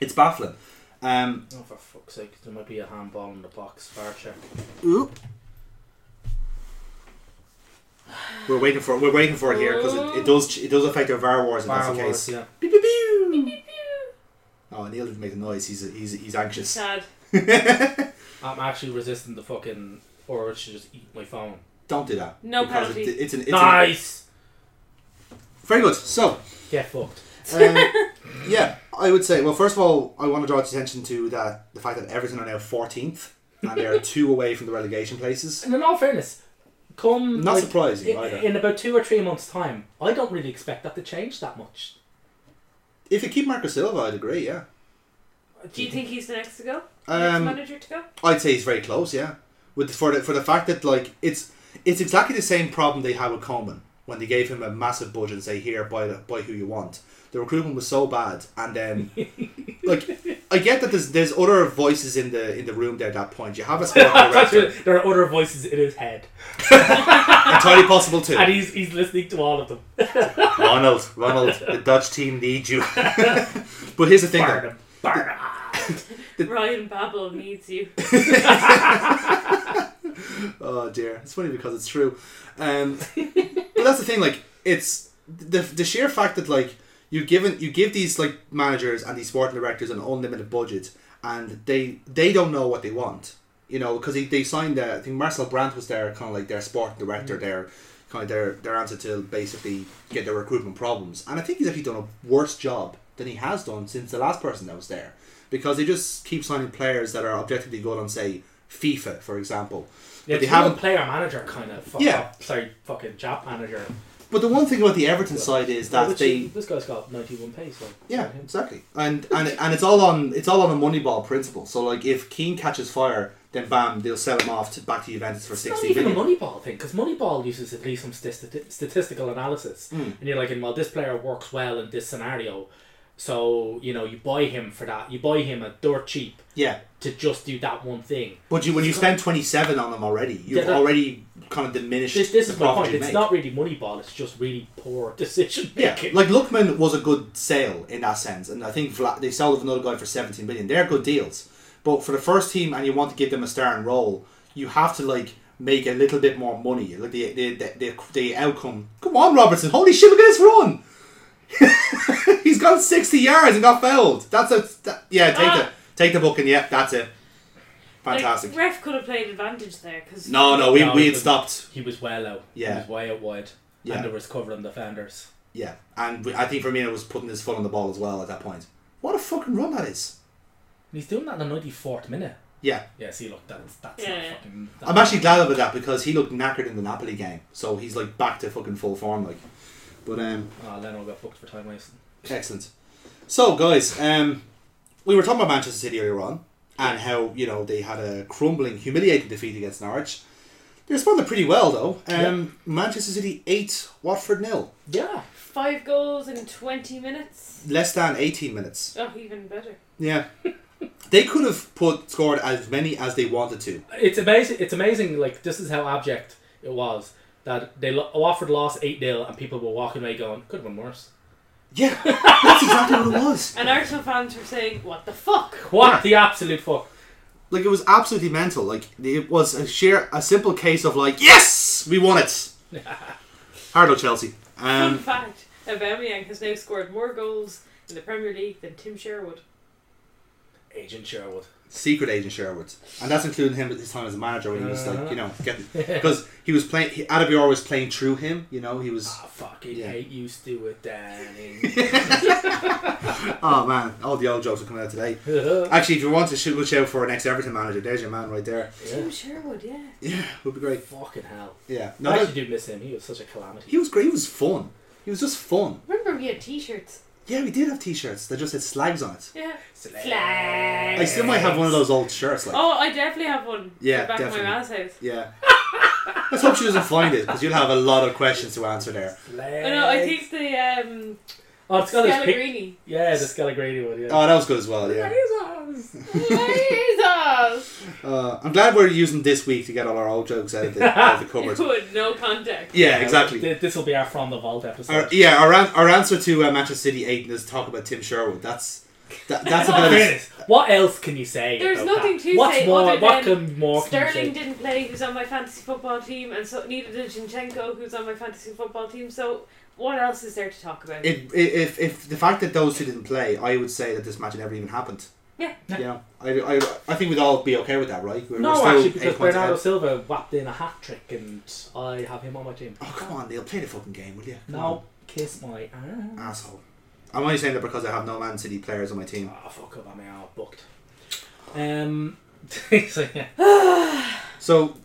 Speaker 2: it's baffling. Um,
Speaker 3: Oh, for fuck's sake, there might be a handball in the box. Far check.
Speaker 2: we're waiting for we're waiting for it here because it, it does it does affect our VAR wars if that's
Speaker 3: Far
Speaker 2: the
Speaker 3: worse,
Speaker 2: case.
Speaker 3: yeah.
Speaker 2: Pew, pew, pew. Oh, Neil didn't make a noise. He's he's he's anxious.
Speaker 4: Sad.
Speaker 3: I'm actually resisting the fucking urge to just eat my phone.
Speaker 2: Don't do that.
Speaker 4: No
Speaker 2: Because
Speaker 4: penalty.
Speaker 2: It, it's an it's an-
Speaker 3: nice!
Speaker 2: very good. So,
Speaker 3: Get fucked.
Speaker 2: um, yeah, I would say. Well, first of all, I want to draw attention to that the fact that Everton are now 14th and they are two away from the relegation places.
Speaker 3: And in all fairness, come.
Speaker 2: Not
Speaker 3: like,
Speaker 2: surprising
Speaker 3: i-
Speaker 2: either.
Speaker 3: in about two or three months' time, I don't really expect that to change that much.
Speaker 2: If you keep Marco Silva, I'd agree. Yeah,
Speaker 4: Do you think he's the next to go? next
Speaker 2: um,
Speaker 4: manager to go?
Speaker 2: I'd say he's very close. Yeah, with for the for the fact that like it's it's exactly the same problem they had with Coleman when they gave him a massive budget and say here buy the, buy who you want. The recruitment was so bad, and then like I get that there's there's other voices in the in the room there at that point. You have a sporting director,
Speaker 3: there are other voices in his head,
Speaker 2: entirely possible too.
Speaker 3: and he's, he's listening to all of them.
Speaker 2: Ronald, Ronald, the Dutch team need you. but here's the thing.
Speaker 3: Burn
Speaker 2: though.
Speaker 3: him. Burn him.
Speaker 4: Ryan Babel needs you.
Speaker 2: Oh dear, it's funny because it's true. Um, but that's the thing. Like it's the the sheer fact that like you given you give these like managers and these sporting directors an unlimited budget, and they they don't know what they want. You know, because they signed. Uh, I think Marcel Brandt was there, kind of like their sporting director,
Speaker 3: Mm-hmm.
Speaker 2: their kind of their their answer to basically get their recruitment problems. And I think he's actually done a worse job than he has done since the last person that was there, because they just keep signing players that are objectively good on say FIFA, for example.
Speaker 3: Yeah,
Speaker 2: but they
Speaker 3: it's more
Speaker 2: haven't
Speaker 3: player manager kind of. Fuck
Speaker 2: Yeah.
Speaker 3: up- sorry, fucking job manager.
Speaker 2: But the one thing about the Everton side is that
Speaker 3: Which-
Speaker 2: they,
Speaker 3: this guy's got 91 pace. So
Speaker 2: yeah, exactly, and and and it's all on it's all on a Moneyball principle. So like, if Keane catches fire, then bam, they'll sell him off to back to Juventus for
Speaker 3: It's not
Speaker 2: sixty
Speaker 3: even a
Speaker 2: million.
Speaker 3: Moneyball thing because Moneyball uses at least some stati- statistical analysis,
Speaker 2: Hmm.
Speaker 3: and you're like, well, this player works well in this scenario, so you know you buy him for that. You buy him at dirt cheap
Speaker 2: Yeah,
Speaker 3: to just do that one thing.
Speaker 2: but you when you spend twenty seven on them already, you've
Speaker 3: Yeah, that-
Speaker 2: already kind of diminished
Speaker 3: This, this
Speaker 2: the
Speaker 3: is my
Speaker 2: profit
Speaker 3: point.
Speaker 2: you
Speaker 3: It's
Speaker 2: make.
Speaker 3: not really Moneyball. It's just really poor decision
Speaker 2: yeah,
Speaker 3: making.
Speaker 2: like Lookman was a good sale in that sense, and I think Vla- they sold another guy for seventeen million. They're good deals, but for the first team, and you want to give them a starring role, you have to like make a little bit more money. Like the the the, the, the outcome. Come on, Robertson! Holy shit! Look at this run. He's gone sixty yards and got fouled. That's a that, yeah. Take the
Speaker 4: Ah.
Speaker 2: take the book and yeah, that's it.
Speaker 4: Like,
Speaker 2: Fantastic.
Speaker 4: ref could have played advantage there because
Speaker 2: no, no, we
Speaker 3: No,
Speaker 2: we
Speaker 3: he
Speaker 2: had
Speaker 3: couldn't.
Speaker 2: stopped.
Speaker 3: he was well out.
Speaker 2: Yeah.
Speaker 3: he was way out wide,
Speaker 2: Yeah.
Speaker 3: and there was covering defenders.
Speaker 2: Yeah, and we, I think Firmino was putting his foot on the ball as well at that point. What a fucking run that is.
Speaker 3: And he's doing that in the 94th minute.
Speaker 2: Yeah.
Speaker 3: Yeah, see, look, that's that's
Speaker 4: Yeah.
Speaker 3: not fucking.
Speaker 2: I'm actually glad about that because he looked knackered in the Napoli game, so he's like back to fucking full form, like. But um,
Speaker 3: Oh, Leno got fucked for time wasting.
Speaker 2: excellent. So guys, um, we were talking about Manchester City earlier on and how you know they had a crumbling, humiliating defeat against Norwich. They responded pretty well though. Um, Manchester City eight, Watford nil,
Speaker 3: Yeah.
Speaker 4: five goals in 20 minutes.
Speaker 2: less than eighteen minutes.
Speaker 4: Oh, even better.
Speaker 2: Yeah. They could have put scored as many as they wanted to.
Speaker 3: It's amazing. It's amazing. Like this is how abject it was that they lo- Watford lost eight 0 and people were walking away going, "Could have been worse."
Speaker 2: Yeah, that's exactly what it was.
Speaker 4: And Arsenal fans were saying, "What the fuck?"
Speaker 3: What the absolute fuck?
Speaker 2: Like it was absolutely mental. Like it was a sheer, a simple case of like, yes, we won it. Hard luck, Chelsea.
Speaker 4: Fun
Speaker 2: Um,
Speaker 4: fact: Aubameyang has now scored more goals in the Premier League than Tim Sherwood.
Speaker 3: Agent Sherwood.
Speaker 2: secret agent Sherwood, and that's including him at his time as a manager when he was like, you know, getting because he was playing. he- Adebayor was playing through him. You know, he was.
Speaker 3: I fucking
Speaker 2: Yeah.
Speaker 3: Ah, hate you, Stuart Danny.
Speaker 2: Oh man, all the old jokes are coming out today.
Speaker 3: yeah.
Speaker 2: Actually, if you want to shoot, we'll shout for an ex Everton manager. There's your man right there.
Speaker 4: Tim Sherwood, yeah.
Speaker 2: Yeah, would be great.
Speaker 3: Fucking hell.
Speaker 2: Yeah, no,
Speaker 3: I
Speaker 2: that-
Speaker 3: actually do miss him. He was such a calamity.
Speaker 2: he was great. He was fun. He was just fun.
Speaker 4: Remember we had T-shirts.
Speaker 2: Yeah, we did have T-shirts that just had slags on it.
Speaker 4: Yeah.
Speaker 3: Slags.
Speaker 4: Slags.
Speaker 2: I still might have one of those old shirts. Like,
Speaker 4: Oh, I definitely have one.
Speaker 2: Yeah,
Speaker 4: back in
Speaker 2: definitely.
Speaker 4: my mom's house.
Speaker 2: yeah. Let's hope she doesn't find it because you'll have a lot of questions to answer there.
Speaker 4: Oh, no, I think the um,
Speaker 3: Oh, it's got his pic-
Speaker 4: Scalagrini.
Speaker 3: Yeah, the Scalagrini one. Yeah.
Speaker 2: Oh, that was good as well. Yeah.
Speaker 4: Jesus, Jesus.
Speaker 2: Uh, I'm glad we're using this week to get all our old jokes out of the, out of the
Speaker 4: You
Speaker 2: cupboard.
Speaker 4: would no contact.
Speaker 2: Yeah, exactly.
Speaker 3: This will be our from the vault episode.
Speaker 2: Our, yeah, our, an- our answer to uh, Manchester City eight is talk about Tim Sherwood. That's that, that's a
Speaker 3: In
Speaker 2: bit of
Speaker 3: fairness, what else can you say?
Speaker 4: There's
Speaker 3: about
Speaker 4: nothing
Speaker 3: that?
Speaker 4: to
Speaker 3: What's
Speaker 4: say
Speaker 3: more,
Speaker 4: other
Speaker 3: what
Speaker 4: than
Speaker 3: can more can
Speaker 4: Sterling
Speaker 3: you say?
Speaker 4: didn't play. Who's on my fantasy football team, and so neither did Zinchenko, who's on my fantasy football team. So what else is there to talk about?
Speaker 2: If, if, if the fact that those two didn't play, I would say that this match never even happened.
Speaker 4: Yeah.
Speaker 2: You know, I, I, I think we'd all be okay with that, right? We're,
Speaker 3: No,
Speaker 2: still
Speaker 3: actually,
Speaker 2: eight
Speaker 3: because
Speaker 2: points
Speaker 3: Bernardo
Speaker 2: ahead.
Speaker 3: Silva whapped in a hat trick, and I have him on my team.
Speaker 2: Oh, come on, Neil, play the fucking game, will you? Come
Speaker 3: Now kiss my
Speaker 2: on,
Speaker 3: ass.
Speaker 2: Asshole. I'm only saying that because I have no Man City players on my team.
Speaker 3: Ah, fuck up, I'm out booked. Um, so, yeah.
Speaker 2: So,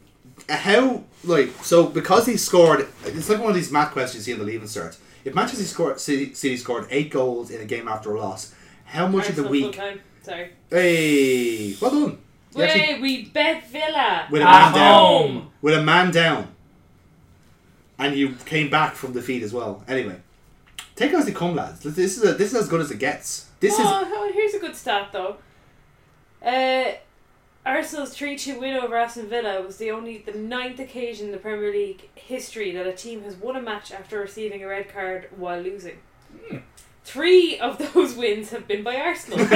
Speaker 2: uh, how, like, so because he scored, it's like one of these math questions you see in the leaving cert. If Manchester scored, City, City scored eight goals in a game after a loss, how much of
Speaker 4: Arsenal
Speaker 2: the week.
Speaker 4: full-time. Sorry.
Speaker 2: Hey, well done. You
Speaker 4: Wait,
Speaker 2: actually-
Speaker 4: we bet Villa.
Speaker 2: with a
Speaker 3: At
Speaker 2: man down.
Speaker 3: home.
Speaker 2: with a man down, and you came back from defeat as well. Anyway, take it as they come, lads. This is a, this is as good as it gets. This
Speaker 4: oh, oh, here's a good stat though. Uh, Arsenal's three-two win over Aston Villa was the only the ninth occasion in the Premier League history that a team has won a match after receiving a red card while losing.
Speaker 2: Hmm.
Speaker 4: Three of those wins have been by Arsenal.
Speaker 2: is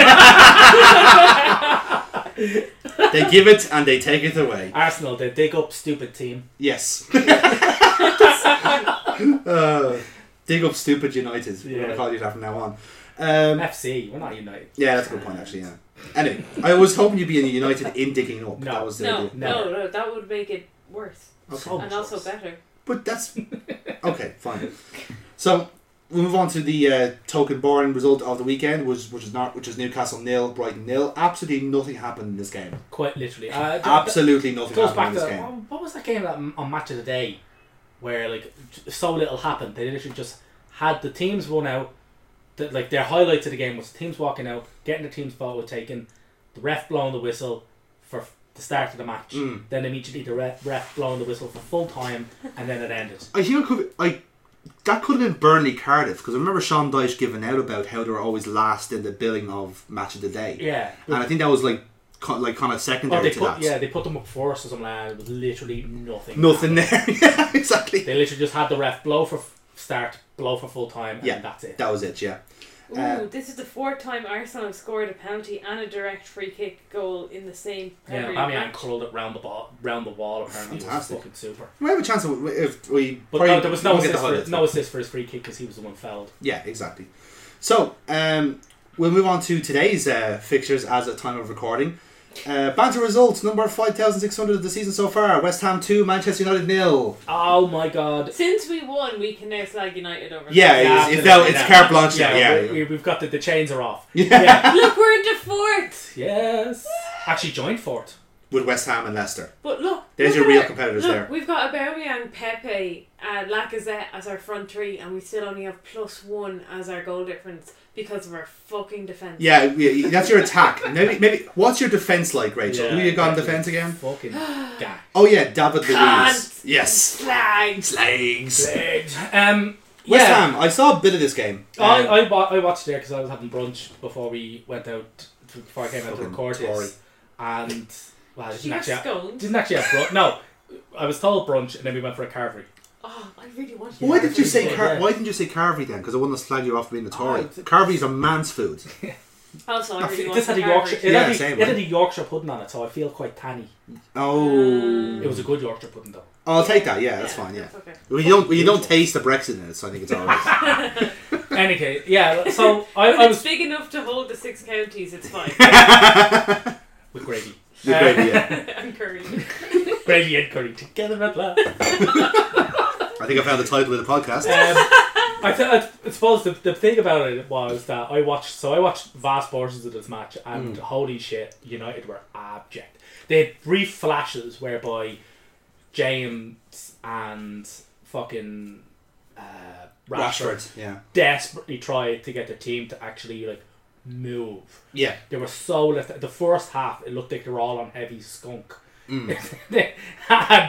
Speaker 2: they give it and they take it away.
Speaker 3: Arsenal, they dig up stupid team.
Speaker 2: Yes. Uh, dig up stupid United. We're gonna
Speaker 3: Yeah.
Speaker 2: call you that from now on. Um,
Speaker 3: FC, we're not United.
Speaker 2: yeah, that's a good point actually. Yeah. Anyway, I was hoping you'd be in a United in digging up.
Speaker 3: No.
Speaker 2: that was the
Speaker 4: no,
Speaker 2: idea.
Speaker 4: no, no, that would make it worse
Speaker 2: Okay.
Speaker 3: Oh,
Speaker 4: and also
Speaker 3: Jesus.
Speaker 4: better.
Speaker 2: But that's okay, fine. So we move on to the uh, token boring result of the weekend, which which is not which is Newcastle nil, Brighton nil. Absolutely nothing happened in this game.
Speaker 3: Quite literally. Uh, th-
Speaker 2: Absolutely nothing
Speaker 3: It goes
Speaker 2: happened in
Speaker 3: back to
Speaker 2: this game.
Speaker 3: oh, what was that game that, on Match of the Day, where like so little happened. They literally just had the teams run out. That like their highlights of the game was the teams walking out, getting the team's photo taken, the ref blowing the whistle for f- the start of the match.
Speaker 2: Mm.
Speaker 3: Then immediately the ref, ref blowing the whistle for full time, and then it ended.
Speaker 2: I think it could I that could have been Burnley Cardiff because I remember Sean Dyche giving out about how they were always last in the billing of match of the day.
Speaker 3: Yeah.
Speaker 2: and I think that was like co- like kind of
Speaker 3: Or
Speaker 2: secondary
Speaker 3: they
Speaker 2: to
Speaker 3: put
Speaker 2: that.
Speaker 3: yeah they put them up first or something. Like that. It was literally nothing.
Speaker 2: Nothing there. yeah, exactly.
Speaker 3: They literally just had the ref blow for f- start, blow for full time, and
Speaker 2: yeah,
Speaker 3: that's it.
Speaker 2: That was it. Yeah.
Speaker 4: Ooh,
Speaker 2: Uh,
Speaker 4: this is the fourth time Arsenal have scored a penalty and a direct free kick goal in the same
Speaker 3: Yeah,
Speaker 4: Premier League
Speaker 3: Aubameyang
Speaker 4: match.
Speaker 3: curled it round the ball, round the wall. Apparently, it
Speaker 2: Fantastic.
Speaker 3: was fucking super.
Speaker 2: We have a chance of, if we.
Speaker 3: But
Speaker 2: probably
Speaker 3: no, there was no
Speaker 2: won't get the
Speaker 3: assist, for,
Speaker 2: highlights.
Speaker 3: no assist for his free kick because he was the one fouled.
Speaker 2: Yeah, exactly. So um, we'll move on to today's uh, fixtures as at time of recording. Uh, banter results number five thousand six hundred of the season so far. West Ham two, Manchester United nil.
Speaker 3: Oh my god!
Speaker 4: Since we won, we can now slag United over.
Speaker 2: Yeah, it's, it's, now- it's carte blanche now. Yeah,
Speaker 3: we, we, have got the, the chains are off.
Speaker 2: Yeah.
Speaker 4: Look, we're into fourth.
Speaker 3: yes. Actually, joined Fort.
Speaker 2: with West Ham and Leicester.
Speaker 4: But look,
Speaker 2: There's
Speaker 4: look
Speaker 2: your
Speaker 4: at
Speaker 2: real
Speaker 4: our-
Speaker 2: competitors
Speaker 4: look,
Speaker 2: there.
Speaker 4: We've got Aubameyang, Pepe, and Lacazette as our front three, and we still only have plus one as our goal difference because of our fucking defense.
Speaker 2: Yeah, yeah, that's your attack. Maybe, maybe what's your defense like, Rachel? Who you got in defense again?
Speaker 3: Fucking gag.
Speaker 2: Oh yeah, David Luiz.
Speaker 4: Can't.
Speaker 2: Yes,
Speaker 4: Slag.
Speaker 2: slags.
Speaker 3: Um,
Speaker 2: West
Speaker 3: yeah.
Speaker 2: Ham. I saw a bit of this game.
Speaker 3: I,
Speaker 2: Um,
Speaker 3: I, wa- I watched it because I was having brunch before we went out, before I came out to
Speaker 2: Fucking
Speaker 3: record
Speaker 2: Tory.
Speaker 3: this. And, well, I
Speaker 4: She
Speaker 3: didn't
Speaker 4: got
Speaker 3: actually, have,
Speaker 4: scones.
Speaker 3: didn't actually have brunch. No, I was told brunch and then we went for a carvery.
Speaker 4: Oh, I really want.
Speaker 2: why
Speaker 4: to-
Speaker 2: did you say
Speaker 3: yeah,
Speaker 2: car-
Speaker 3: yeah.
Speaker 2: Why didn't you say Carvey then? Because I wouldn't have slagged you off for being a Tory.
Speaker 3: Oh, it's-
Speaker 2: Carvey's a man's food.
Speaker 4: Also, I really want.
Speaker 3: This had a
Speaker 4: to
Speaker 3: Yorkshire, it,
Speaker 2: Yeah,
Speaker 3: had, a,
Speaker 2: same,
Speaker 3: it had
Speaker 2: right?
Speaker 3: a Yorkshire pudding on it, so I feel quite tanny.
Speaker 2: Oh,
Speaker 3: It was a good Yorkshire pudding though.
Speaker 2: oh I'll take that. Yeah, that's fine. Yeah,
Speaker 4: Okay.
Speaker 2: we don't we don't taste the Brexit in it, so I think it's alright.
Speaker 3: Any case, yeah. So I,
Speaker 4: If
Speaker 3: I
Speaker 4: it's
Speaker 3: was
Speaker 4: big enough to hold the six counties, it's fine.
Speaker 3: with gravy, Uh,
Speaker 2: You're great, yeah.
Speaker 4: I'm curry.
Speaker 3: gravy and curry together at last.
Speaker 2: I think I found the title of the podcast.
Speaker 3: Um, I, th- I th- suppose the, the thing about it was that I watched, so I watched vast portions of this match, and holy shit, United were abject. They had brief flashes whereby James and fucking uh, Rashford,
Speaker 2: Rashford. Yeah,
Speaker 3: desperately tried to get the team to actually like move.
Speaker 2: yeah.
Speaker 3: They were so left. The first half, it looked like they were all on heavy skunk.
Speaker 2: Mm.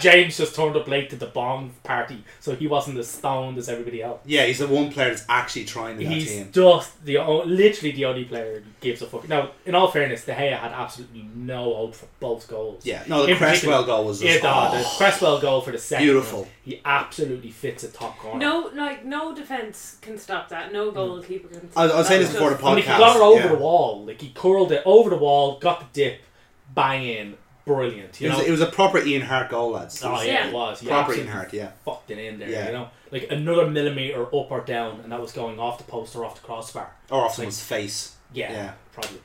Speaker 3: James just turned up late to the bomb party, so he wasn't as stoned as everybody else.
Speaker 2: Yeah, he's the one player that's actually trying in that
Speaker 3: He's
Speaker 2: team.
Speaker 3: just the o- literally the only player who gives a fuck. Now, in all fairness, De Gea had absolutely no hope for both goals.
Speaker 2: Yeah, no, the
Speaker 3: In particular-
Speaker 2: Cresswell goal was
Speaker 3: Yeah,
Speaker 2: just,
Speaker 3: no,
Speaker 2: oh.
Speaker 3: the Cresswell goal for the second.
Speaker 2: Beautiful.
Speaker 3: one, He absolutely fits a top corner.
Speaker 4: No, like no defense can stop that.
Speaker 3: Mm.
Speaker 4: No goalkeeper can.
Speaker 2: I, was-
Speaker 4: Stop
Speaker 2: I was
Speaker 4: that.
Speaker 2: saying
Speaker 4: That
Speaker 2: this before the
Speaker 4: just-
Speaker 2: podcast.
Speaker 3: I mean, he got it over
Speaker 2: yeah.
Speaker 3: the wall. Like he curled it over the wall, got the dip, bang in, brilliant. You
Speaker 2: It was,
Speaker 3: know,
Speaker 2: it was a proper Ian Hart goal, lads.
Speaker 3: oh yeah,
Speaker 4: Yeah.
Speaker 3: it was. He
Speaker 2: proper
Speaker 3: absolutely
Speaker 2: Ian Hart, yeah.
Speaker 3: fucked it in there.
Speaker 2: Yeah.
Speaker 3: You know, like another millimeter up or down, and that was going off the post or off the crossbar.
Speaker 2: Or off someone's face.
Speaker 3: Yeah,
Speaker 2: Yeah.
Speaker 3: probably.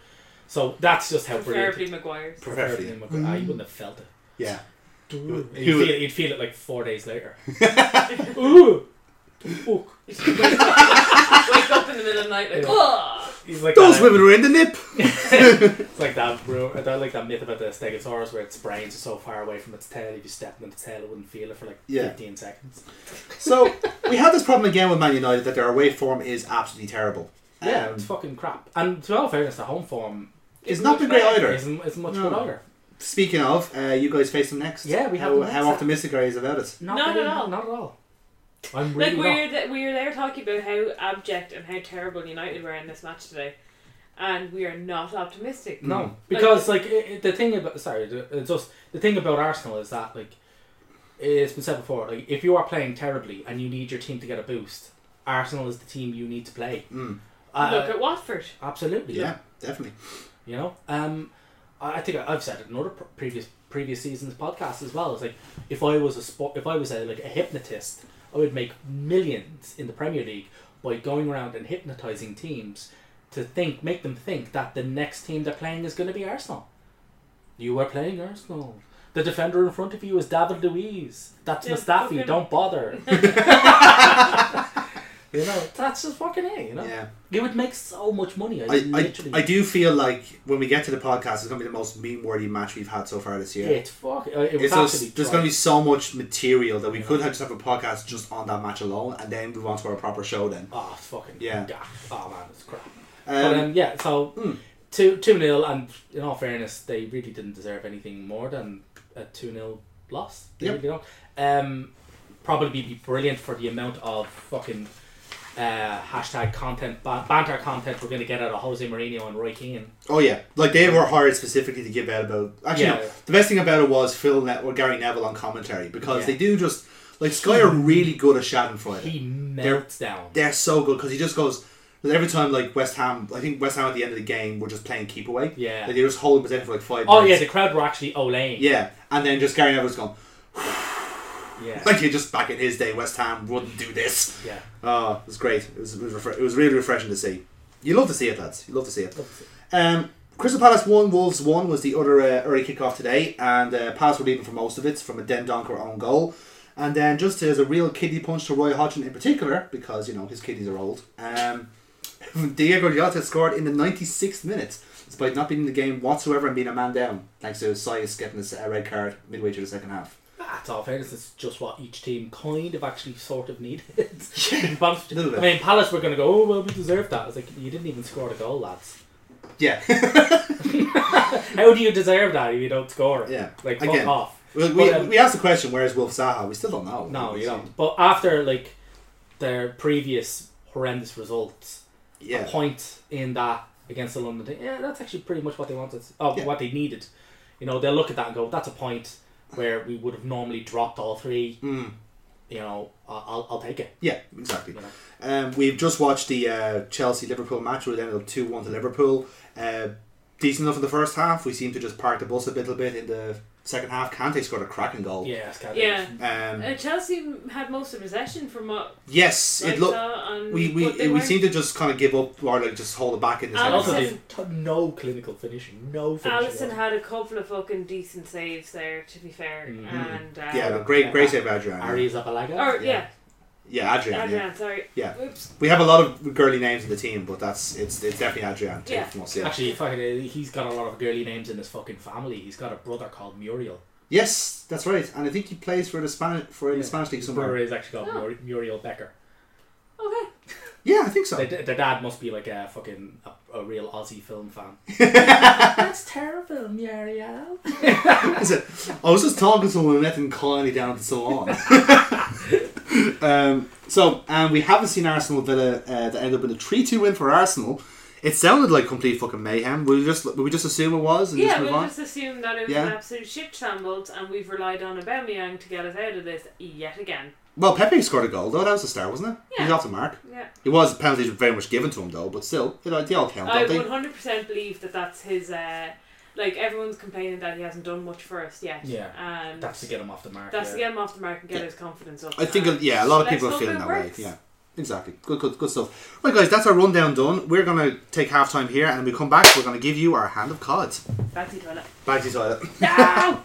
Speaker 3: So that's just how brilliant.
Speaker 4: Preferably Maguire's.
Speaker 2: Preferably.
Speaker 3: Preferably Maguire. Ah, you wouldn't have felt it.
Speaker 2: Yeah.
Speaker 3: You'd
Speaker 2: would-
Speaker 3: feel, it- you'd feel it like four days later. Ooh, fuck.
Speaker 4: Wake up in the middle of the night like,
Speaker 3: Yeah.
Speaker 4: oh,
Speaker 3: He's like
Speaker 2: Those
Speaker 3: that-
Speaker 2: women were in the nip.
Speaker 3: It's like that, ru- that like that myth about the Stegosaurus where its brains are so far away from its tail. If you stepped on its tail, it wouldn't feel it for like
Speaker 2: Yeah.
Speaker 3: fifteen seconds.
Speaker 2: So we have this problem again with Man United that their away form is absolutely terrible.
Speaker 3: Yeah,
Speaker 2: Um,
Speaker 3: it's fucking crap. And to all fairness, the home form
Speaker 2: it's not been great either.
Speaker 3: isn't isn't much
Speaker 2: No.
Speaker 3: good either.
Speaker 2: Speaking of, uh, you guys face them next.
Speaker 3: Yeah, we have
Speaker 2: How,
Speaker 3: them next.
Speaker 2: how optimistic are you about it?
Speaker 4: Not at
Speaker 3: really-
Speaker 4: all.
Speaker 3: Not at all. I'm
Speaker 4: Like
Speaker 3: really
Speaker 4: we were
Speaker 3: not.
Speaker 4: th- we were there talking about how abject and how terrible United were in this match today, and we are not optimistic.
Speaker 3: No, because like it, it- the thing about sorry, the- it's just the thing about Arsenal is that like it's been said before. Like if you are playing terribly and you need your team to get a boost, Arsenal is the team you need to play. Uh,
Speaker 4: Look at Watford.
Speaker 3: absolutely.
Speaker 2: Mm. Yeah, definitely.
Speaker 3: You know, um, I I think I- I've said it in other pr- previous previous seasons podcasts as well. It's like if I was a sport, if I was a, like a hypnotist, I would make millions in the Premier League by going around and hypnotizing teams to think, make them think that the next team they're playing is going to be Arsenal. You are playing Arsenal. The defender in front of you is David Luiz. That's
Speaker 4: Yeah,
Speaker 3: Mustafi.
Speaker 4: fucking-
Speaker 3: Don't bother. you know, that's just fucking it. You know,
Speaker 2: Yeah.
Speaker 3: you would make so much money. I,
Speaker 2: I, I,
Speaker 3: literally.
Speaker 2: I do feel like when we get to the podcast, it's going to be the most meme worthy match we've had so far this year.
Speaker 3: Yeah, it's fuck. uh, It was
Speaker 2: It's
Speaker 3: absolutely.
Speaker 2: just, there's going to be so much material that we could have just have a podcast just on that match alone and then move on to our proper show then.
Speaker 3: Oh, it's fucking.
Speaker 2: Yeah.
Speaker 3: Oh man, it's crap. but
Speaker 2: Um,
Speaker 3: um, yeah, so two two nil, and in all fairness, they really didn't deserve anything more than a two 0 loss. They
Speaker 2: Yep.
Speaker 3: really don't. Um, probably be brilliant for the amount of fucking uh, hashtag content ban- banter content we're going to get out of Jose Mourinho and Roy Keane.
Speaker 2: oh yeah, like they were hired specifically to give out about. Actually,
Speaker 3: Yeah.
Speaker 2: no, the best thing about it was Phil ne- or Gary Neville on commentary because
Speaker 3: Yeah.
Speaker 2: they do just like Sky are really good at Schadenfreude.
Speaker 3: He melts down.
Speaker 2: they're so good because he just goes every time like West Ham. I think West Ham at the end of the game were just playing keep away.
Speaker 3: Yeah.
Speaker 2: like, they were just holding possession for like five.
Speaker 3: Oh yeah,
Speaker 2: minutes.
Speaker 3: the crowd were actually Olane.
Speaker 2: yeah, and then just Gary Neville's gone.
Speaker 3: yeah,
Speaker 2: Like you just back in his day, West Ham wouldn't do this.
Speaker 3: yeah.
Speaker 2: Oh, it was great. It was it was, refre- it was really refreshing to see. You love to see it, lads. You love to see it. Um, Crystal Palace one, Wolves one was the other uh, early kickoff today, and uh, Palace were leading for most of it from a Den Donker own goal. And then just as a real kiddie punch to Roy Hodgson in particular, because you know his kiddies are old. Um, Diego Jota scored in the 96th minute, despite not being in the game whatsoever and being a man down, thanks to Sias getting this uh, red card midway through the second half.
Speaker 3: That's all fairness. It's just what each team kind of actually sort of needed. To be honest with
Speaker 2: Little
Speaker 3: you.
Speaker 2: bit.
Speaker 3: I mean, Palace were going to go, oh, well, we deserve that. It's like, you didn't even score the goal, lads.
Speaker 2: Yeah,
Speaker 3: How do you deserve that if you don't score it?
Speaker 2: Yeah.
Speaker 3: Like, fuck
Speaker 2: Again,
Speaker 3: off.
Speaker 2: we, we,
Speaker 3: But, um,
Speaker 2: we asked the question, where's Wolf Saha? We still don't know.
Speaker 3: no, you
Speaker 2: It's-
Speaker 3: don't. But after, like, their previous horrendous results, a
Speaker 2: Yeah.
Speaker 3: point in that against the London team. Yeah, that's actually pretty much what they wanted. Oh,
Speaker 2: Yeah.
Speaker 3: what they needed. You know, they'll look at that and go, "That's a point where we would have normally dropped all three.
Speaker 2: Hmm.
Speaker 3: You know, I- I'll, I'll take it.
Speaker 2: Yeah, exactly.
Speaker 3: You know.
Speaker 2: Um, we've just watched the uh, Chelsea Liverpool match where it ended up 2 1 to Liverpool. Uh, decent enough in the first half. We seemed to just park the bus a little bit in the second half. Kante scored a cracking goal.
Speaker 3: Yeah, it's kind of
Speaker 4: Yeah.
Speaker 2: Um,
Speaker 4: Uh, Chelsea had most of possession from what
Speaker 2: yes,
Speaker 4: I
Speaker 2: it looked.
Speaker 4: saw. And
Speaker 2: We we,
Speaker 4: but um, they
Speaker 2: we
Speaker 4: weren't-
Speaker 2: seem to just kind of give up or like just hold it back in the
Speaker 3: And
Speaker 2: second
Speaker 4: Alisson-
Speaker 3: also,
Speaker 2: half.
Speaker 3: they've t- no clinical finishing, no finishing.
Speaker 4: Allison
Speaker 3: whatsoever.
Speaker 4: had a couple of fucking decent saves there, to be fair. And uh,
Speaker 2: Yeah, but great, great save, by
Speaker 3: Ari
Speaker 2: Adrian.
Speaker 3: Zabalaga.
Speaker 4: or yeah,
Speaker 2: Yeah, Adrian. Yeah.
Speaker 4: Adrian, sorry.
Speaker 2: Yeah.
Speaker 4: Oops.
Speaker 2: We have a lot of girly names in the team, but that's it's it's definitely Adrian.
Speaker 4: Yeah.
Speaker 2: From us, yeah.
Speaker 3: Actually, fucking, uh, he's got a lot of girly names in his fucking family. He's got a brother called Muriel.
Speaker 2: Yes, that's right. And I think he plays for the Spanish for in the
Speaker 3: Yeah.
Speaker 2: Spanish league
Speaker 3: His brother
Speaker 2: somewhere.
Speaker 3: is actually called
Speaker 4: Oh.
Speaker 3: Mur- Muriel Becker.
Speaker 4: Okay.
Speaker 2: Yeah, I think so.
Speaker 3: Their, their dad must be like a fucking a, a real Aussie film fan. That's terrible, Muriel.
Speaker 2: Is it? I was just talking to someone and let them kindly down at the salon. um, so, and we haven't seen Arsenal Villa uh, that ended up in a 3 2 win for Arsenal. It sounded like complete fucking mayhem. Will we just, will we just assume it was and
Speaker 4: Yeah,
Speaker 2: just move
Speaker 4: we'll
Speaker 2: on?
Speaker 4: just assume that it was
Speaker 2: Yeah.
Speaker 4: an absolute shit shambles, and we've relied on Aubameyang to get us out of this yet again.
Speaker 2: Well, Pepe scored a goal, though. That was a star, wasn't it? He was
Speaker 4: Yeah.
Speaker 2: off the mark.
Speaker 4: Yeah,
Speaker 2: It was, penalties were very much given to him, though, but still, you know, they all count,
Speaker 4: I
Speaker 2: don't they?
Speaker 4: 100 percent believe that that's his. Uh, like everyone's complaining that he hasn't done much for us yet.
Speaker 3: Yeah.
Speaker 4: and
Speaker 3: That's to get him off the mark.
Speaker 4: that's
Speaker 3: yeah.
Speaker 4: to get him off the mark and get
Speaker 2: Yeah.
Speaker 4: his confidence up.
Speaker 2: I think, uh,
Speaker 4: And
Speaker 2: yeah, a lot of
Speaker 4: let's
Speaker 2: people are
Speaker 4: hope
Speaker 2: feeling
Speaker 4: it
Speaker 2: that
Speaker 4: works.
Speaker 2: way. Yeah, exactly. Good, good, good stuff. Right, guys, that's our rundown done. We're going to take half time here, and when we come back, we're going to give you our hand of cards.
Speaker 4: Back to the toilet.
Speaker 2: Back to you, Tyler.
Speaker 4: No!